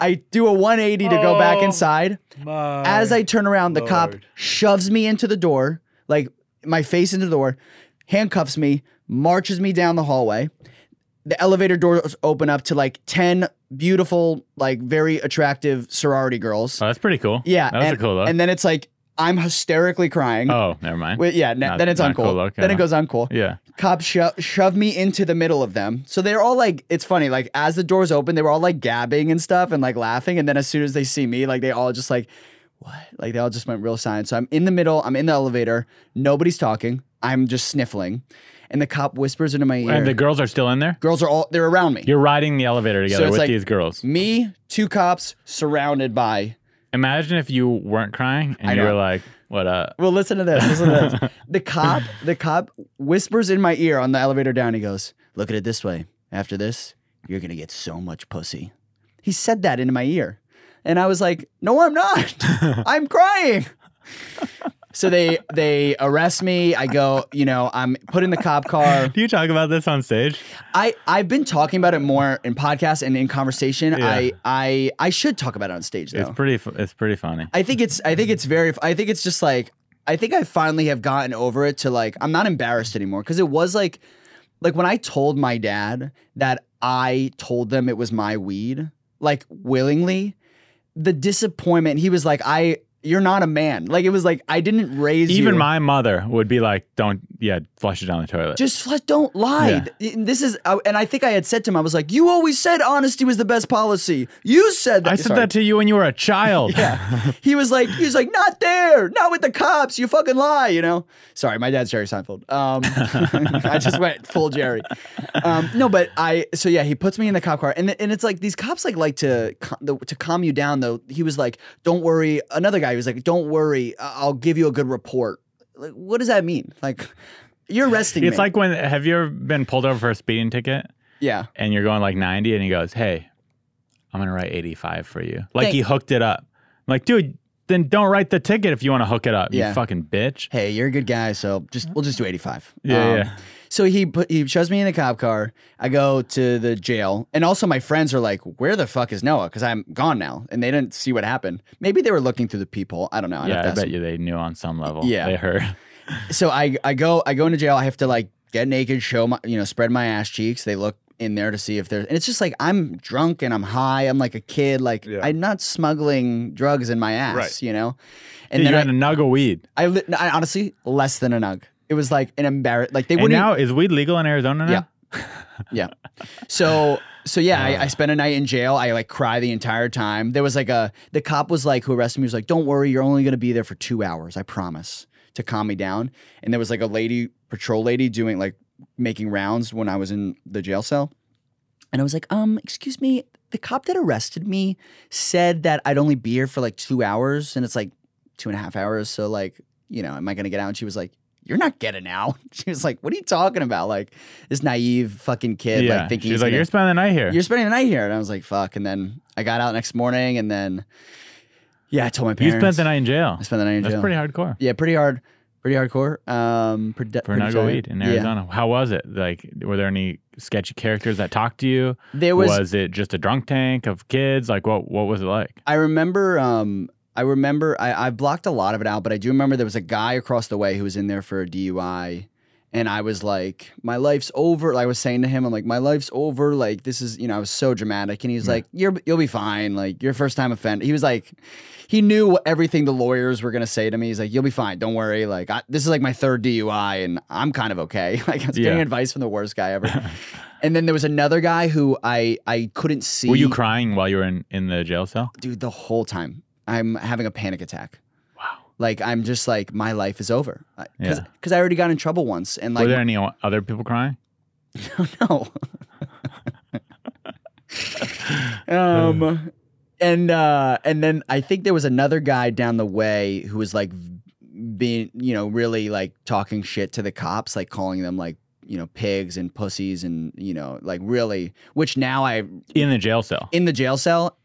I do a 180 to go back
Oh.
inside. As I turn around, the cop
Lord.
shoves me into the door, like my face into the door, handcuffs me, marches me down the hallway. The elevator doors open up to like 10 beautiful, like very attractive sorority girls.
Oh, that's pretty cool.
yeah.
That was
and,
a cool look.
and then it's like, I'm hysterically crying.
oh, never mind.
Wait, yeah, n-
Not-
then it's
not
uncool.
cool look,
then
yeah.
it goes uncool.
yeah.
Cops sho- shove me into the middle of them. So they're all like, it's funny. Like as the doors open, they were all like gabbing and stuff and like laughing. And then as soon as they see me, like they all just like, what? Like they all just went real silent. So I'm in the middle. I'm in the elevator. Nobody's talking. I'm just sniffling, and the cop whispers into my ear.
And the girls are still in there?
girls are all they're around me.
You're riding the elevator together
it's
with
like-
these girls.
Me, two cops, surrounded by.
Imagine if you weren't crying and
I
you were
know.
like,
[laughs]
what up?
Well, listen to this. Listen
[laughs]
to this. the
[sighs]
cop, the cop whispers in my ear on the elevator down. He goes, "Look at it this way. After this, you're gonna get so much pussy." He said that into my ear, and I was like, "No, I'm
[laughs]
not. I'm crying." So they they arrest me. I go, you know, I'm put in the cop car.
[laughs] Do you talk about this on stage?
I I've been talking about it more in podcasts and in conversation.
Yeah.
I I I should talk about it on stage though.
It's pretty fu- it's pretty funny.
I think it's I think it's very I think it's just like I think I finally have gotten over it to like I'm not embarrassed anymore because it was like like when I told my dad that I told them it was my weed like willingly the disappointment he was like I you're not a man like it was like I didn't raise
Even
you.
my mother would be like, don't, yeah, flush it down the toilet.
just fl- don't lie. This is, I- and I think I had said to him, I was like, "You always said honesty was the best policy. You said that."
I said
Sorry.
that to you when you were a child.
[laughs] Yeah. he was like, he was like, not there, not with the cops. You fucking lie, you know. Sorry, my dad's Jerry Seinfeld. Um, [laughs] I just went full Jerry. Um, no, but I. So yeah, he puts me in the cop car, and th- and it's like these cops like like to ca- the, to calm you down. Though he was like, don't worry. Another guy was like, don't worry. I- I'll give you a good report. Like, what does that mean? Like, you're arresting
It's
me.
like when, have you ever been pulled over for a speeding ticket?
yeah.
and you're going like 90 and he goes hey i'm gonna write 85 for you like
Thank-
he hooked it up I'm like dude then don't write the ticket if you want to hook it up
Yeah.
you fucking bitch
Hey, you're a good guy, so just we'll just do 85.
Yeah, yeah.
So he put, he shoves me in the cop car. I go to the jail, and also my friends are like, "Where the fuck is Noah?" Because I'm gone now, and they didn't see what happened. Maybe they were looking through the people. I don't know. I'd have
yeah
to
i
ask
bet
them.
you they knew on some level
Yeah.
they heard
So I I go I go into jail. I have to like get naked, show my you know spread my ass cheeks. They look in there to see if there's, and it's just like I'm drunk and I'm high. I'm like a kid. Like I'm not smuggling drugs in my ass,
Right.
you know.
and you had a nuggle weed
I, li- I honestly less than a nug. It was like an embarrass. Like they
and
wouldn't.
now is weed legal in arizona now
Yeah. yeah. So so yeah, I, I spent a night in jail. I like cry the entire time. There was like a the cop was like who arrested me was like, "Don't worry, you're only gonna be there for two hours. I promise." To calm me down, and there was like a lady patrol lady doing like making rounds when I was in the jail cell, and I was like, "Um, excuse me." The cop that arrested me said that I'd only be here for like two hours, and it's like two and a half hours. So like, you know, am I gonna get out? And she was like, you're not getting out. [laughs] She was like, what are you talking about? Like this naive fucking kid,
yeah.
like thinking
She's
he's
like,
gonna-
you're spending the night here.
you're spending the night here. And I was like, fuck. And then I got out next morning and then, yeah, I told my
You
parents.
spent the night in jail.
I spent the night in
That's
jail.
pretty hardcore
Yeah, pretty hard. Pretty hardcore. Um, pretty,
for
pretty
Nugget
tight.
Weed in
Yeah.
Arizona. How was it? Like, were there any sketchy characters that talked to you?
There was,
it just a drunk tank of kids? Like, what what was it like?
I remember, um, I remember, I, I blocked a lot of it out, but I do remember there was a guy across the way who was in there for a DUI. And I was like, my life's over. I was saying to him, I'm like, my life's over. Like, this is, you know, I was so dramatic. And he was like, You're, you'll be fine. Like, you're a first time offender. He was like, he knew what- everything the lawyers were going to say to me. He's like, you'll be fine. Don't worry. Like, I, this is like my third DUI and I'm kind of okay. [laughs] Like, I was
Yeah.
getting advice from the worst guy
[laughs]
ever. and then there was another guy who I, I couldn't see
Were you crying while you were in, in the jail cell?
dude, the whole time I'm having a panic attack. Wow. Like I'm just like my life is over because
Yeah.
I already got in trouble once and [laughs] like
were there any o- other people crying?
no.
Oh,
um, and uh, and then I think there was another guy down the way who was like v- being, you know, really like talking shit to the cops, like calling them like you know pigs and pussies and you know like really, which now I
In the jail cell.
in the jail cell.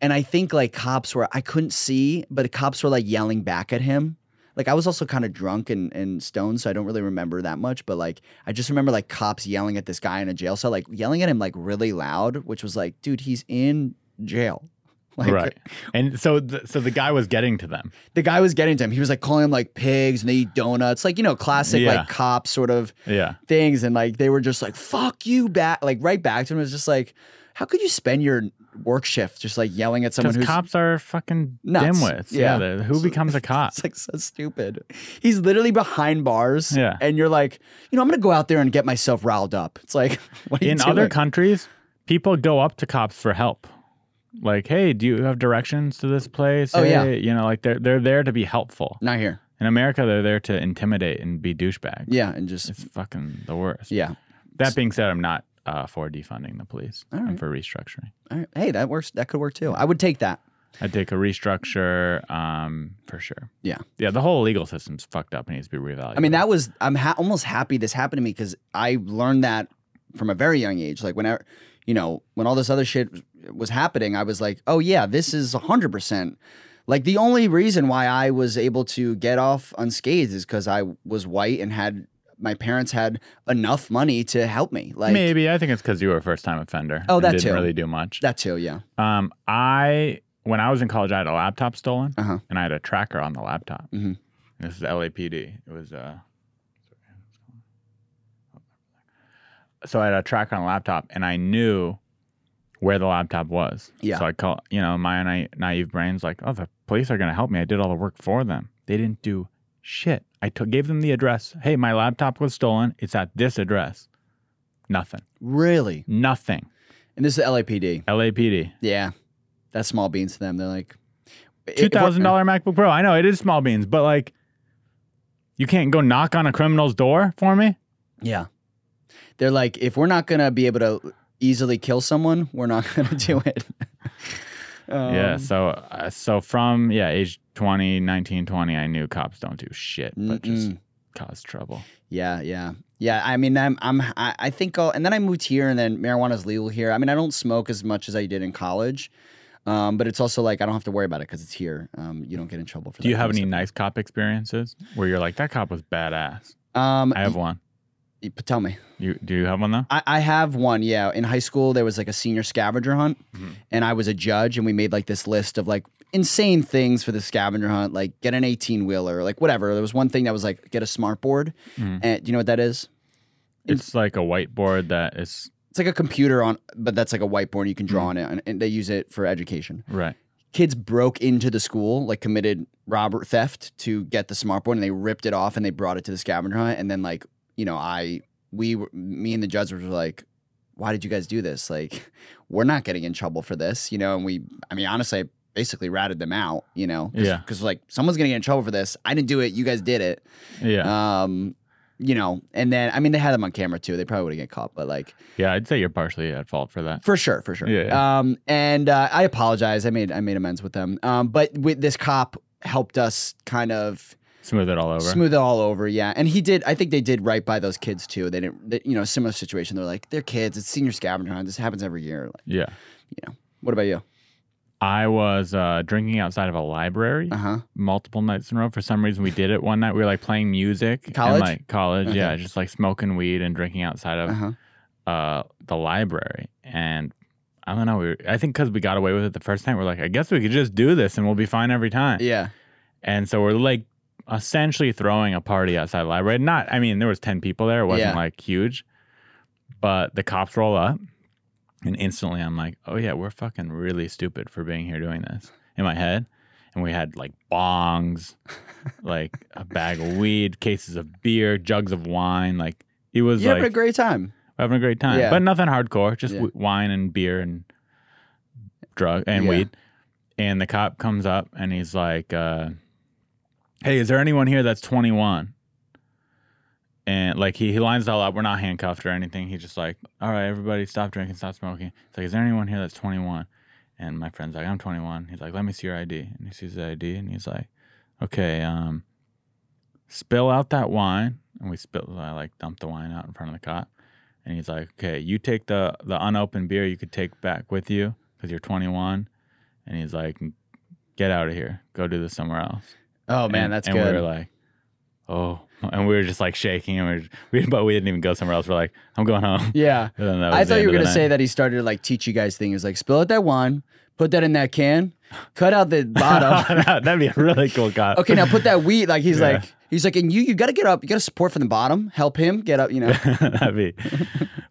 And I think like cops were, I couldn't see, but the cops were like yelling back at him. Like I was also kind of drunk and, and stoned, so I don't really remember that much. But like I just remember like cops yelling at this guy in a jail cell, like yelling at him like really loud, which was like, dude, he's in jail. [laughs] [laughs] Like
right. And so the, so the guy was getting to them.
the guy was getting to him. He was like calling him like pigs and they eat donuts, like you know, classic
Yeah.
like cop sort of
Yeah.
things and like they were just like fuck you back like right back to him it was just like how could you spend your work shift just like yelling at someone
Because
who's
cops are fucking
Nuts.
dimwits.
Yeah.
Yeah. they're- who becomes a cop?
It's like so stupid. He's literally behind bars.
Yeah.
And you're like, you know, I'm gonna go out there and get myself riled up. It's like [laughs] what are you
in other
doing?
countries, people go up to cops for help. Like, hey, do you have directions to this place?
Oh,
hey,
yeah.
You know, like they're they're there to be helpful.
not here.
In America, they're there to intimidate and be douchebags.
Yeah, and just
It's fucking the worst.
yeah.
That being said, I'm not uh, for defunding the police.
All
and
right.
for restructuring.
All right. Hey, that works. That could work too. I would take that.
I'd take a restructure um, for sure.
Yeah.
Yeah, the whole legal system's fucked up and needs to be reevaluated.
I mean, that was I'm ha- almost happy this happened to me because I learned that from a very young age. Like whenever, you know, when all this other shit was happening, I was like, oh yeah, this is hundred percent. Like the only reason why I was able to get off unscathed is because I was white and had my parents had enough money to help me. Like
maybe I think it's because you were a first time offender.
Oh,
and
that
didn't
too.
really do much.
that too. Yeah.
Um, I when I was in college, I had a laptop stolen,
Uh-huh.
and I had a tracker on the laptop.
Mhm.
And This is LAPD. It was uh. So I had a tracker on the laptop, and I knew where the laptop was.
Yeah.
So I call, you know, my na- naive brain's like, oh, the police are gonna help me. I did all the work for them. They didn't do shit. I took gave them the address. Hey, my laptop was stolen. It's at this address. Nothing.
Really.
Nothing.
And this is LAPD.
LAPD.
Yeah. That's small beans to them. They're like if
two
we're-
thousand dollar MacBook Pro. I know it is small beans, but like, you can't go knock on a criminal's door for me.
Yeah. They're like, if we're not going to be able to easily kill someone, we're not [laughs] going to do it. um,
Uh-huh. yeah. So, uh, so from yeah, age 20, 19, 20, I knew cops don't do shit, but just
Mm-mm.
cause trouble.
Yeah, yeah. Yeah, I mean, I'm, I'm, I, I think, I'll, and then I moved here, and then marijuana's legal here. I mean, I don't smoke as much as I did in college, um, but it's also like I don't have to worry about it because it's here. Um, you don't get in trouble for.
Do you
that
have
kind
any
of
nice cop experiences where you're like, that cop was badass?
stuff. Um,
I have one.
y- y- tell me.
You do you have one though?
I, I have one, yeah. In high school, there was like a senior scavenger hunt,
Mhm.
and I was a judge, and we made like this list of like insane things for the scavenger hunt, like get an 18 wheeler, like whatever. There was one thing that was like get a smartboard,
Mhm.
And do you know what that is?
It's like a whiteboard that is
It's like a computer on, but that's like a whiteboard you can draw on it, and, and they use it for education.
right.
Kids broke into the school, like committed robber theft to get the smartboard, and they ripped it off and they brought it to the scavenger hunt, and then like you know, I we were, me and the judge were like, why did you guys do this? Like, [laughs] we're not getting in trouble for this, you know. And we, I mean, honestly, I basically ratted them out, you know.
Yeah.
Because like someone's gonna get in trouble for this. I didn't do it. You guys did it.
Yeah.
Um, you know. And then I mean, they had them on camera too. They probably would have get caught, but like
yeah. I'd say you're partially at fault for that.
for sure, for sure.
Yeah, yeah.
Um, and uh, I apologize. I made I made amends with them. Um, but with this cop helped us kind of
Smooth it all over.
Smooth it all over, yeah. And he did. I think they did right by those kids too. They didn't, they, you know, similar situation. They're like, they're kids. It's senior scavenger hunt. This happens every year. Like,
Yeah.
what about
[laughs]
you?
I was uh, drinking outside of a library
Uh huh.
multiple nights in a row. For some reason, we did it one night. We were like playing music. and,
College?
like, college,
Okay.
yeah. Just like smoking weed and drinking outside of
Uh
[laughs]
huh.
uh, the library. And I don't know. We were, I think because we got away with it the first time, we're like, I guess we could just do this and we'll be fine every time.
Yeah.
And so we're like essentially throwing a party outside the library. Not, I mean, there was 10 people there. It wasn't
Yeah.
like huge, but the cops roll up and instantly I'm like, oh yeah, we're fucking really stupid for being here doing this in my head. And we had like
[laughs]
bongs, like a bag of weed, cases of beer, jugs of wine. Like it was
You
like
having a great time.
we're having a great time,
Yeah.
but nothing hardcore, just
Yeah.
w- wine and beer and drug and
Yeah.
weed. And the cop comes up and he's like, uh, "Hey, is there anyone here that's 21?" And like he, he lines it all up. We're not handcuffed or anything. He's just like, "All right, everybody, stop drinking, stop smoking." It's like, "Is there anyone here that's 21?" And my friend's like, "I'm 21." He's like, "Let me see your ID." And he sees the ID and he's like, "Okay, um, spill out that wine." And we spill, I like dump the wine out in front of the cop. And he's like, okay, you take the, the unopened beer you could take back with you because you're 21. And he's like, get out of here. Go do this somewhere else.
Oh man,
And-
that's
and
good.
we were like, oh. And we were just like shaking. And we, were, [laughs] we but we didn't even go somewhere else. We're like, I'm going home. [laughs]
yeah.
And then that
I
was the
thought you
end
were
of the
gonna say
night.
that he started to like teach you guys things. Like spill out that wine, put that in that can, cut out
[laughs]
the bottom.
That'd be a really cool cop.
okay, now put that weed. Like he's
Yeah.
like he's like, and you you gotta get up. You gotta support from the bottom. Help him get up. You know,
[laughs] That'd be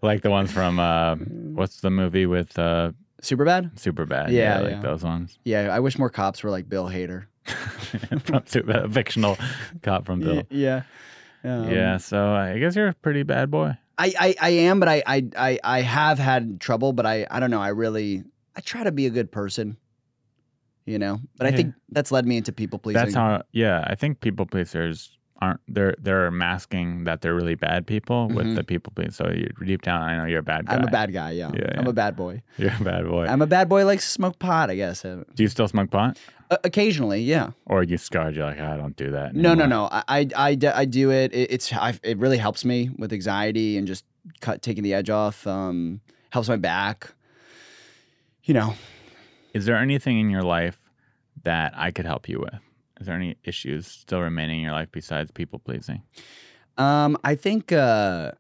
like the ones from, uh, what's the movie with uh,
Mm, super bad.
Superbad?
Yeah,
like
yeah.
those ones. [laughs]
Yeah, I wish more cops were like Bill Hader.
from Superbad, a fictional cop from Bill.
Yeah. Um,
yeah, so I guess you're a pretty bad boy.
I, I, I am, but I, I, I, I have had trouble, but I, I don't know. I really, I try to be a good person, you know, but I
Yeah.
think that's led me into people pleasing.
That's how. Yeah, I think people pleasers aren't. They're they're masking that they're really bad people with
Mhm.
the people please. So you deep down, I know you're a bad guy.
I'm a bad guy. Yeah.
Yeah,
I'm
yeah.
a bad boy.
[laughs] You're a bad boy.
I'm a bad boy. who Likes to smoke pot, I guess. Uh,
do you still smoke pot,
occasionally. Yeah.
or are you scarred? You're like, "Ah, I don't do that.
No, no, no.
anymore."
I, I, I, d- I do it. it it's, I, it really helps me with anxiety and just cut, taking the edge off. Um, helps my back, you know,
Is there anything in your life that I could help you with? Is there any issues still remaining in your life besides people pleasing?
Um, I think uh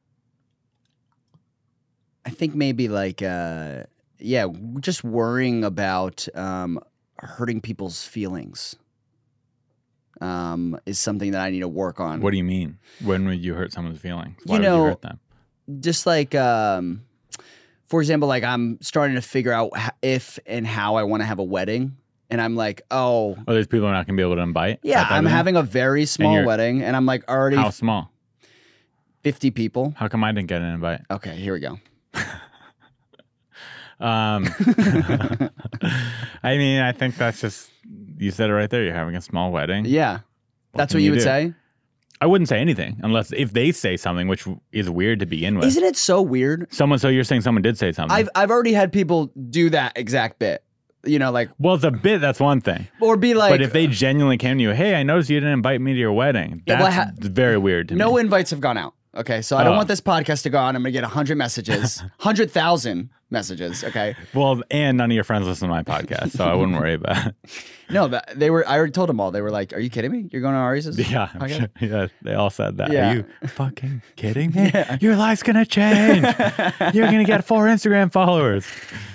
I think maybe like uh yeah, w- just worrying about um hurting people's feelings um is something that I need to work on.
What do you mean? When would you hurt someone's feelings? Why
Um, You
would
know-
you hurt them?
just like um for example, like I'm starting to figure out h- if and how I want to have a wedding and I'm like, "Oh,
Oh, these people are not going to be able to invite.
yeah,
That type
I'm
of thing?
having a very small
you're-
wedding and I'm like already
how small?
50 people."
How come I didn't get an invite?
Okay, here we go. [laughs]
Um, [laughs] I mean, I think that's just you said it right there. You're having a small wedding.
Yeah. That's what
Hmm. can you
you would
do?
say?
I wouldn't say anything unless if they say something, which is weird to begin with.
Isn't it so weird?
someone? So you're saying someone did say something?
I've I've already had people do that exact bit. You know, like
well, it's a bit. That's one thing.
or be like
but if they genuinely came to you, hey, I noticed you didn't invite me to your wedding.
Yeah,
That's
well,
very weird to me.
no invites have gone out. Okay. So I don't
Oh.
want this podcast to go on. I'm gonna get hundred messages.
[laughs]
hundred thousand messages. Okay.
Well, and none of your friends listen to my podcast, so I wouldn't worry about it.
No, that, they were I already told them all. They were like, Are you kidding me? You're going to Ari's?
Yeah, I'm
[laughs] Okay.
sure- yeah, they all said that.
Yeah.
Are you fucking kidding
[laughs]
me? Your life's gonna change. You're gonna get four Instagram followers.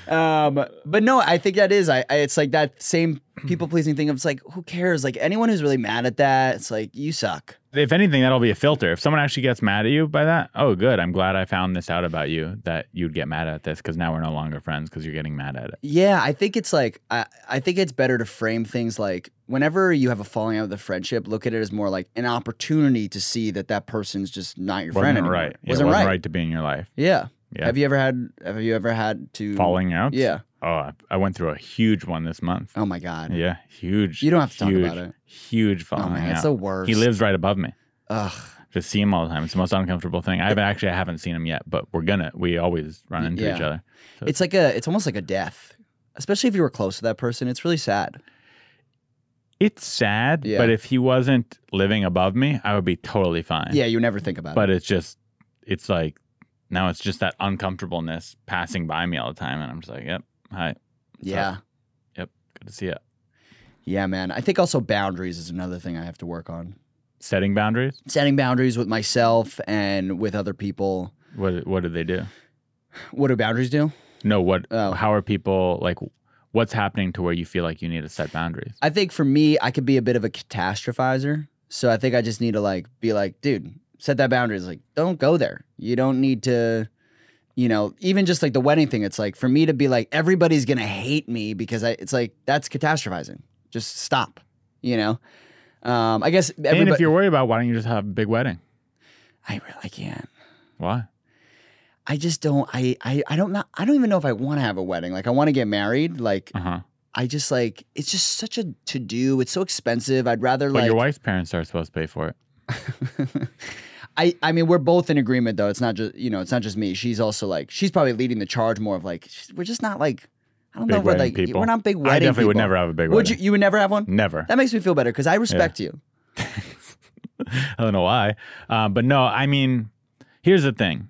Um, but no, I think that is. I, I it's like that same people pleasing thing of it's like, who cares? Like anyone who's really mad at that, it's like you suck.
if anything, that'll be a filter. If someone actually gets mad at you by that, oh, good. I'm glad I found this out about you that you'd get mad at this because now we're no longer friends because you're getting mad at it.
Yeah, I think it's like I, I think it's better to frame things like whenever you have a falling out with a friendship, look at it as more like an opportunity to see that that person's just not your friend
Wasn't
anymore.
right. Yeah,
Wasn't, right.
to be in your life.
Yeah.
Yeah.
Have you ever had? Have you ever had to
Falling out?
Mm. Yeah.
Oh, I, I went through a huge one this month.
Oh my god.
Yeah. Huge.
You don't have to talk
huge,
about it.
Huge falling
Oh man,
out.
it's the worst.
He lives right above me.
Ugh.
Just see him all the time. It's the most uncomfortable thing. I haven't actually I haven't seen him yet, but we're gonna. We always run into each
Yeah.
other. So
It's like a. It's almost like a death, especially if you were close to that person. It's really sad.
It's sad,
Yeah.
but if he wasn't living above me, I would be totally fine.
Yeah, you never think about
But
it.
it's just, it's like, now it's just that uncomfortableness passing by me all the time. And I'm just like, yep, hi,
Yeah.
yep, good to see you.
Yeah, man. I think also boundaries is another thing I have to work on.
Setting boundaries?
Setting boundaries with myself and with other people.
What, what do they do?
What do boundaries do?
No, what,
Oh.
how are people like, what's happening to where you feel like you need to set boundaries?
I think for me, I could be a bit of a catastrophizer. So I think I just need to like be like, dude, set that boundary. It's like, don't go there. You don't need to, you know, even just like the wedding thing. It's like for me to be like, everybody's gonna hate me because I. It's like that's catastrophizing. Just stop. You know. Um, I guess
and if
everybody.
you're worried about, it, why don't you just have a big wedding?
I really I can't.
Why?
I just don't. I I I don't not. I don't even know if I want to have a wedding. Like I want to get married. Like
Uh huh.
I just like it's just such a to do. It's so expensive. I'd rather
But
like
your wife's parents are supposed to pay for it.
I, I mean, we're both in agreement though. It's not just you know, it's not just me. She's also like she's probably leading the charge more of like she's- we're just not like I don't
Big
know. if We're like
wedding people.
we're not big wedding.
I definitely would
people.
never have a big
Would you?
wedding. Mm.
You would never have one.
[laughs] Never.
That makes me feel better because I respect you.
I don't know why. Uh, but no, I mean, here's the thing.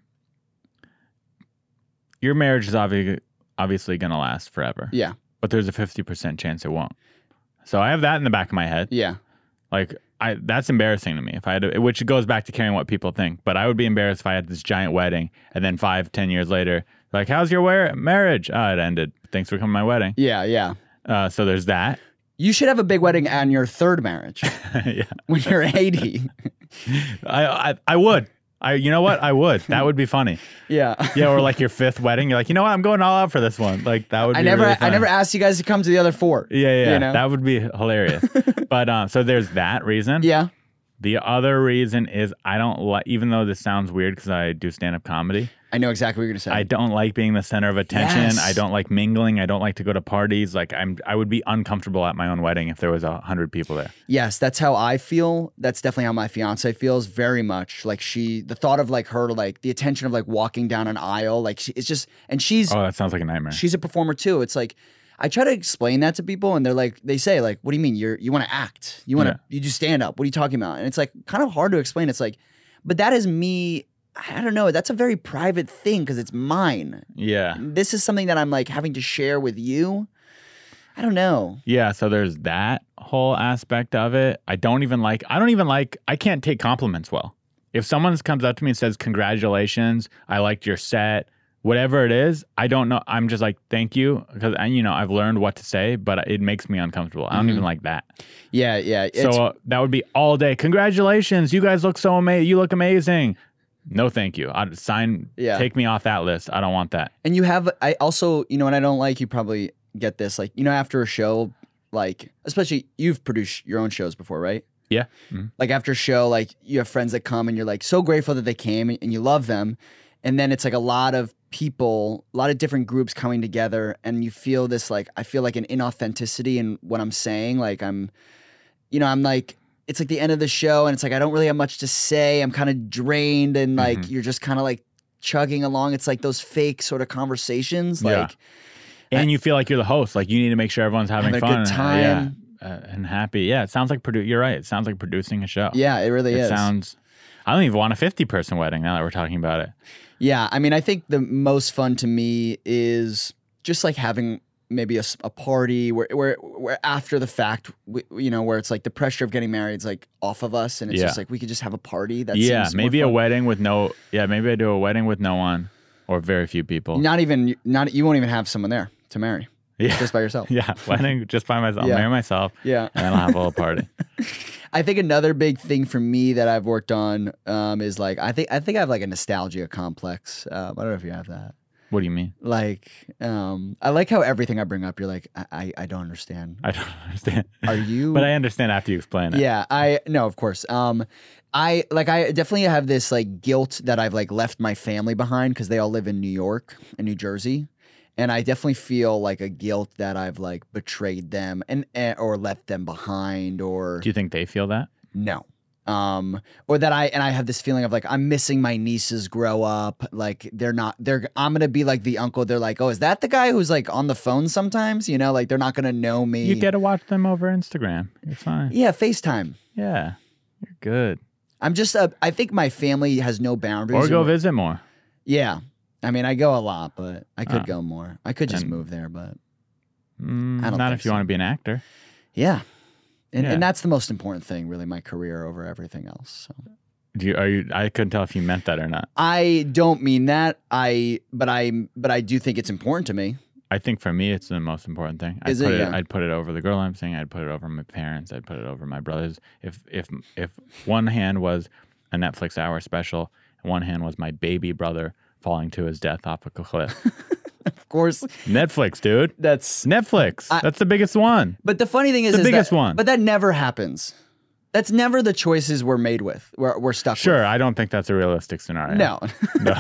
Your marriage is obvi- obviously going to last forever,
Yeah,
but there's a 50% chance it won't. So I have that in the back of my head.
yeah,
Like, I, that's embarrassing to me if I had, to, which goes back to caring what people think. But I would be embarrassed if I had this giant wedding and then five, ten years later, like, how's your wear- marriage? Ah, it ended. Thanks for coming to my wedding.
yeah, yeah.
Uh, so there's that. [laughs]
You should have a big wedding on your third marriage
yeah.
when you're 80.
I, I I would. I you know what? I would. That would be funny.
yeah.
Yeah, or like your fifth wedding. You're like, you know what? I'm going all out for this one. Like that would.
[laughs]
Be
I never
really
I
funny.
never asked you guys to come to the other four.
Yeah, yeah,
you know?
that would be
[laughs]
hilarious. but um, so there's that reason.
Yeah.
The other reason is I don't like, even though this sounds weird because I do stand up comedy.
I know exactly what you're gonna say.
I don't like being the center of attention.
Yes.
I don't like mingling. I don't like to go to parties. Like I'm, I would be uncomfortable at my own wedding if there was a hundred people there.
Yes, that's how I feel. That's definitely how my fiance feels very much. Like she, the thought of like her, like the attention of like walking down an aisle, like she, it's just, and she's,
Oh, that sounds like a nightmare.
she's a performer too. It's like, I try to explain that to people and they're like, they say like, what do you mean? You're, you want to act, you want to, you do stand up. What are you talking about? And it's like kind of hard to explain. It's like, but that is me. I don't know. That's a very private thing because it's mine.
yeah.
This is something that I'm like having to share with you. I don't know.
Yeah, so there's that whole aspect of it. I don't even like I don't even like I can't take compliments well. If someone comes up to me and says congratulations, I liked your set, whatever it is, I don't know I'm just like thank you because I you know, I've learned what to say, but it makes me uncomfortable. I don't
Mm-hmm.
even like that.
Yeah, yeah.
So uh, that would be all day. Congratulations, you guys look so amazing. You look amazing. No, thank you. I'd sign
Yeah.
take me off that list. I don't want that.
And you have, I also, you know, and I don't like you probably get this, like, you know, after a show, like, especially you've produced your own shows before, right?
Yeah. Mhm.
Like, after a show, like, you have friends that come and you're like so grateful that they came and you love them. And then it's like a lot of people, a lot of different groups coming together, and you feel this, like, I feel like an inauthenticity in what I'm saying. Like, I'm, you know, I'm like, it's like the end of the show, and it's like, I don't really have much to say. I'm kind of drained, and like,
Mhm.
you're just kind of like, chugging along. It's like those fake sort of conversations.
Yeah.
Like,
and you feel like you're the host. Like you need to make sure everyone's having,
Having a
fun,
good
and,
time.
yeah, uh, and happy. Yeah, it sounds like produ- You're right. It sounds like producing a show.
yeah, it really
it
is.
sounds. I don't even want a 50 person wedding now that we're talking about it.
yeah. I mean, I think the most fun to me is just like having maybe a, s- a party where, where, where after the fact, we, you know, where it's like the pressure of getting married is like off of us. And it's
Yeah.
just like, we could just have a party. That
yeah,
seems more
maybe a
fun.
wedding with no. Yeah, maybe I do a wedding with no one or very few people.
Not even, not, you won't even have someone there to marry
[laughs] yeah,
just by yourself.
[laughs] yeah, wedding just by myself.
Yeah.
I'll marry myself,
Yeah.
and then I'll have a little
[laughs]
party.
I think another big thing for me that I've worked on um, is like, I think, I think I have like a nostalgia complex. Um, I don't know if you have that.
what do you mean?
like um i like how everything i bring up you're like i i, I don't understand
I don't [laughs] understand.
are you
but I understand after you explain it.
yeah i no of course um i like i definitely have this like guilt that i've like left my family behind because they all live in new york and new jersey and i definitely feel like a guilt that i've like betrayed them and eh, or left them behind or
Do you think they feel that?
no um or that i and i have this feeling of like i'm missing my nieces grow up like they're not they're i'm gonna be like the uncle they're like oh is that the guy who's like on the phone sometimes you know like they're not gonna know me
You get to watch them over Instagram. You're fine.
yeah facetime
Yeah, you're good.
i'm just uh, i think my family has no boundaries
Or go
in-
visit more.
yeah i mean i go a lot but i could
Ah.
go more i could just
Then-
move there but
Mm,
I don't
not
think
if you
so.
want to be an actor.
yeah and,
Yeah.
and that's the most important thing really my career over everything else so.
Do you, are you? I couldn't tell if you meant that or not.
i don't mean that i but i but i do think it's important to me
I think for me, it's the most important thing. I'd
Is it?
put
Yeah.
I'd put it over the girl I'm seeing. I'd put it over my parents. I'd put it over my brothers. If if if one hand was a Netflix hour special, and one hand was my baby brother falling to his death off
[laughs]
a cliff.
of course
Netflix, dude.
that's
Netflix.
I-
That's the biggest one.
But the funny thing is,
The
is
biggest
that,
one.
But that never happens. That's never the choices we're made with. We're, we're stuck.
Sure, I don't think that's a realistic scenario.
With. No.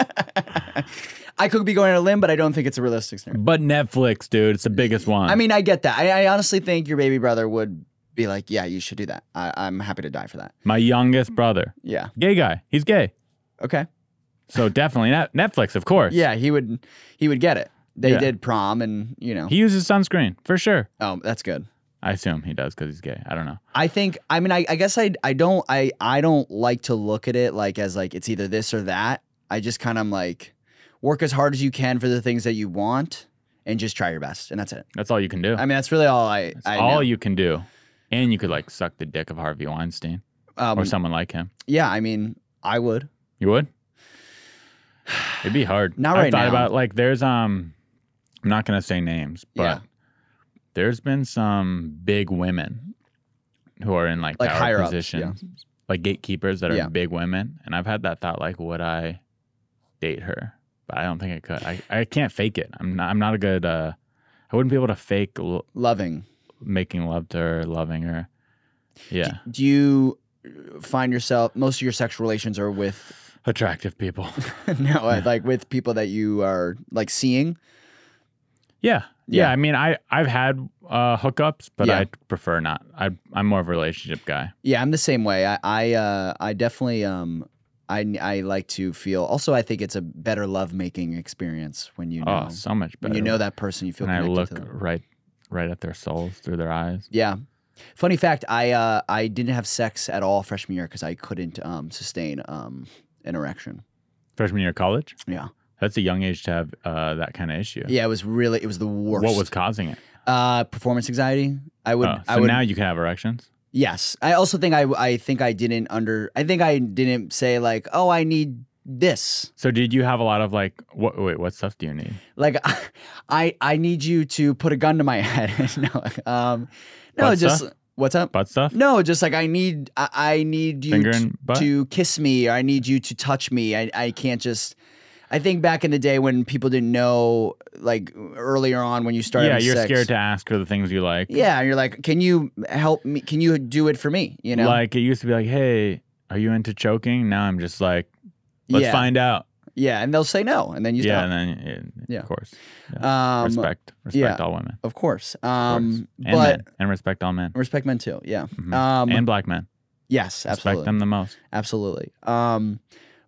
[laughs] I could be going on a limb, but I don't think it's a realistic scenario.
But Netflix, dude, it's the biggest one.
I mean, I get that. I, I honestly think your baby brother would be like, "Yeah, you should do that. I, I'm happy to die for that."
my youngest brother,
Yeah.
gay guy. He's gay.
Okay. [laughs]
So definitely not Netflix, of course.
Yeah, he would. He would get it. They
Yeah.
did prom, and you know.
He uses sunscreen for sure.
oh, that's good.
I assume he does because he's gay. I don't know.
I think I mean I, I guess I I don't I I don't like to look at it like as like it's either this or that. I just kind of like work as hard as you can for the things that you want and just try your best and that's it.
That's all you can do.
I mean that's really all I
That's
I
all
know.
you can do. And you could like suck the dick of Harvey Weinstein
um,
or someone like him.
yeah, I mean I would.
You would? [sighs] It'd be hard.
Not
I
right
thought
now.
about like there's um I'm not gonna say names, but
Yeah.
there's been some big women who are in like,
Like
power
higher ups, yeah.
positions. Like gatekeepers that are
Yeah.
big women. And I've had that thought like, would I date her? But I don't think I could. I, I can't fake it. I'm not I'm not a good uh I wouldn't be able to fake l-
Loving.
making love to her, loving her. Yeah.
Do you find yourself most of your sexual relations are with [laughs]
Attractive people.
no like with people that you are like seeing?
Yeah.
Yeah.
Yeah. I mean, I, I've had uh, hookups, but
Yeah.
I prefer not. I, I'm more of a relationship guy.
Yeah, I'm the same way. I I, uh, I definitely um I I like to feel. Also, I think it's a better lovemaking experience when you know
Oh, so much better.
when you know that person. You feel
And I
connected
look
to them.
right right at their souls through their eyes.
Yeah. Funny fact, I uh, I didn't have sex at all freshman year because I couldn't um, sustain um, an erection.
Freshman year of college?
Yeah,
That's a young age to have uh, that kind of issue.
yeah, it was really it was the worst.
What was causing it?
uh, performance anxiety? I would
Oh, so
I would
now you can have erections?
Yes, I also think I I think I didn't under I think I didn't say like oh I need this
So did you have a lot of like, what, wait, what stuff do you need?
like [laughs] I I need you to put a gun to my [laughs] head. no, um, no,
Butt
just
stuff?
what's up?
Butt stuff?
No, just like I need I, I need you
Finger
t-
and butt?
to kiss me. Or I need you to touch me. I I can't just. I think back in the day when people didn't know, like earlier on when you started.
yeah,
having
you're
sex,
scared to ask her the things you like.
Yeah, you're like, can you help me? Can you do it for me? You know,
Like it used to be like, hey, are you into choking? Now I'm just like, let's
yeah,
find out.
yeah, and they'll say no, and then you
Yeah,
stop.
and then yeah,
Yeah.
of course.
um,
respect, respect all women.
of course.
of course.
Um,
and
but
men, and respect all men
respect men too. Yeah.
Mhm.
Um,
and black men.
yes, absolutely.
Respect them the most.
Absolutely. Um,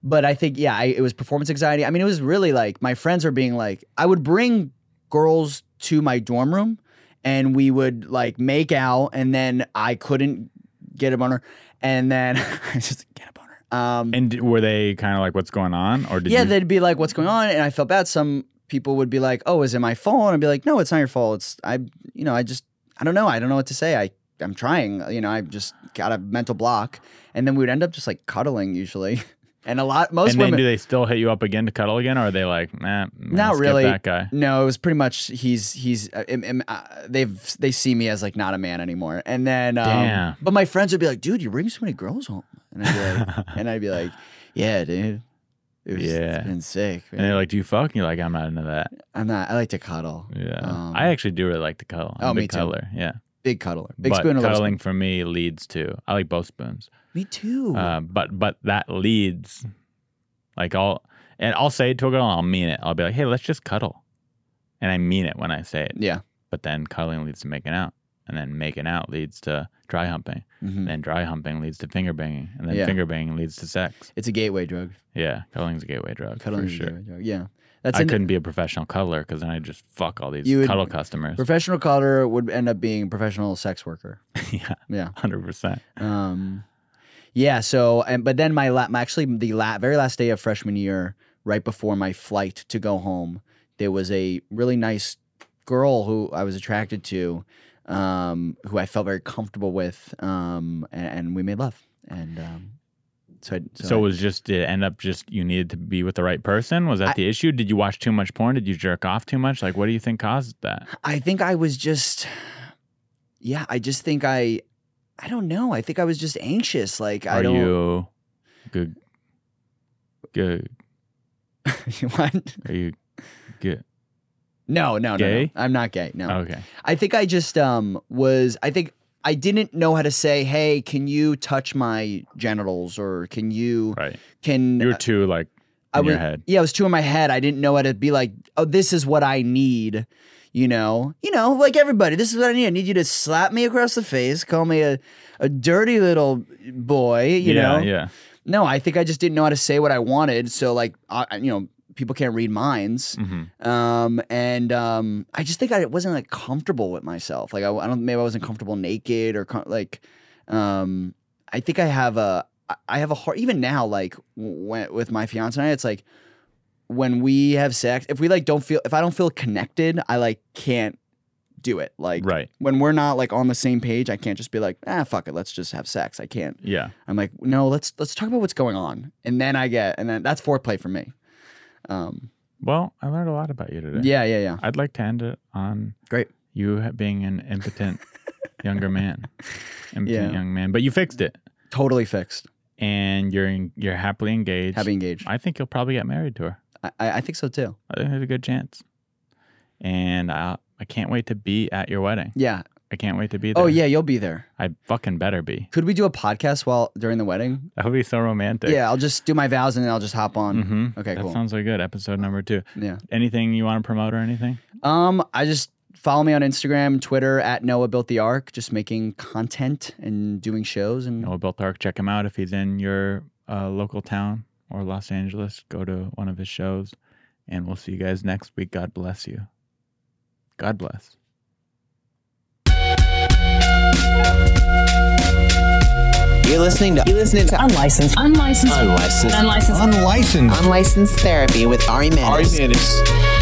but I think yeah, I, it was performance anxiety. I mean, it was really like my friends are being like, I would bring girls to my dorm room, and we would like make out, and then I couldn't get a boner, and then [laughs] I just get a boner. Um,
And d- were they kind of like, "What's going on?" Or did
yeah,
you?
they'd be like, "What's going on?" And I felt bad. Some people would be like, "Oh, is it my fault?" And I'd be like, "No, it's not your fault. It's I, you know, I just I don't know. I don't know what to say. I I'm trying. You know, I just got a mental block." And then we would end up just like cuddling usually, [laughs] and a lot most
and then
women.
do they still hit you up again to cuddle again, or are they like, "Nah, nah,
Not
skip
really.
That guy. [laughs]
no, it was pretty much he's he's uh, im- im- uh, they've they see me as like not a man anymore, and then um,
Damn.
but my friends would be like, "Dude, you bring so many girls home," and I'd
[laughs]
be like, and I'd be like "Yeah, dude, it was,
Yeah.
it's been sick."
And
man.
they're like, "Do you fuck?" And you're like, "I'm not into that."
I'm not. I like to cuddle.
Yeah,
Um,
I actually do really like to cuddle. I'm
oh,
a big
me too.
cuddler. Yeah,
Big cuddler. Big
but
spoon or little
cuddling for me leads to I like both spoons.
spoon? Me too.
Uh, but but that leads, like I'll and I'll say it to a girl and I'll mean it. I'll be like, "Hey, let's just cuddle," and I mean it when I say it.
yeah.
But then cuddling leads to making out. and then making out leads to dry humping,
Mhm.
and then dry humping leads to finger banging, and then
Yeah.
finger banging leads to sex.
It's a gateway drug.
Yeah, cuddling's a gateway drug
Cuddling
for
is a
sure.
gateway drug. Yeah. That's
I
an-
couldn't be a professional cuddler because then I just fuck all these
You would-
cuddle customers.
professional cuddler would end up being a professional sex worker.
[laughs] yeah,
Yeah.
hundred percent.
Um, yeah. So, and but then my, la- my actually the la- very last day of freshman year, right before my flight to go home, there was a really nice girl who I was attracted to, um, who I felt very comfortable with, um, and, and we made love. And um, so, I, so,
So,
I-
it was just did it end up just you needed to be with the right person? Was that
I-
the issue? Did you watch too much porn? Did you jerk off too much? Like, what do you think caused that?
I think I was just, yeah, I just think I, I don't know. I think I was just anxious. Like I
Are
don't.
you good? Good.
[laughs] what?
Are you good?
No, no, no,
Gay?
no. I'm not gay. No.
Okay.
I think I just um was I think I didn't know how to say, "Hey, can you touch my genitals?" or "Can you
Right.
can
You were too like
I
in
was
your head.
yeah, I was too in my head. I didn't know how to be like, "Oh, this is what I need." You know, you know, like everybody, this is what I need. I need you to slap me across the face, call me a, a dirty little boy. You
yeah,
know,
yeah.
no, I think I just didn't know how to say what I wanted. So like, I, I- you know, people can't read minds
hmm
um and um i just think i wasn't like comfortable with myself like i, I don't maybe i wasn't comfortable naked or com- like um i think i have a I- i have a hard even now like when, with my fiance and i it's like when we have sex if we like don't feel if i don't feel connected i like can't do it like
Right.
when we're not like on the same page i can't just be like ah fuck it let's just have sex i can't
Yeah.
i'm like no let's let's talk about what's going on and then i get and then that's foreplay for me um
Well, I learned a lot about you today.
yeah yeah yeah
I'd like to end it on
Great.
you ha- being an
[laughs]
impotent younger man, impotent
Yeah.
young man. But you fixed it,
totally fixed.
and you're en- you're happily engaged.
Happy engaged.
I think you'll probably get married to her.
I, I, I think so too.
I think there's a good chance. And I I can't wait to be at your wedding.
Yeah.
I can't wait to be there.
Oh yeah, you'll be there.
I fucking better be.
Could we do a podcast while during the wedding?
That would be so romantic.
Yeah, I'll just do my vows and then I'll just hop on.
hmm
Okay,
that
cool.
sounds really good. Episode number two.
Yeah.
Anything you want to promote or anything?
Um, I just follow me on Instagram, Twitter at Noah Built the Ark, just making content and doing shows and
Noah Beltark, check him out if he's in your uh, local town or Los Angeles. Go to one of his shows, and we'll see you guys next week. God bless you. God bless.
You're listening to you listening to
Unlicensed. Unlicensed.
unlicensed
Unlicensed.
unlicensed therapy with Ari Manis.
Manis.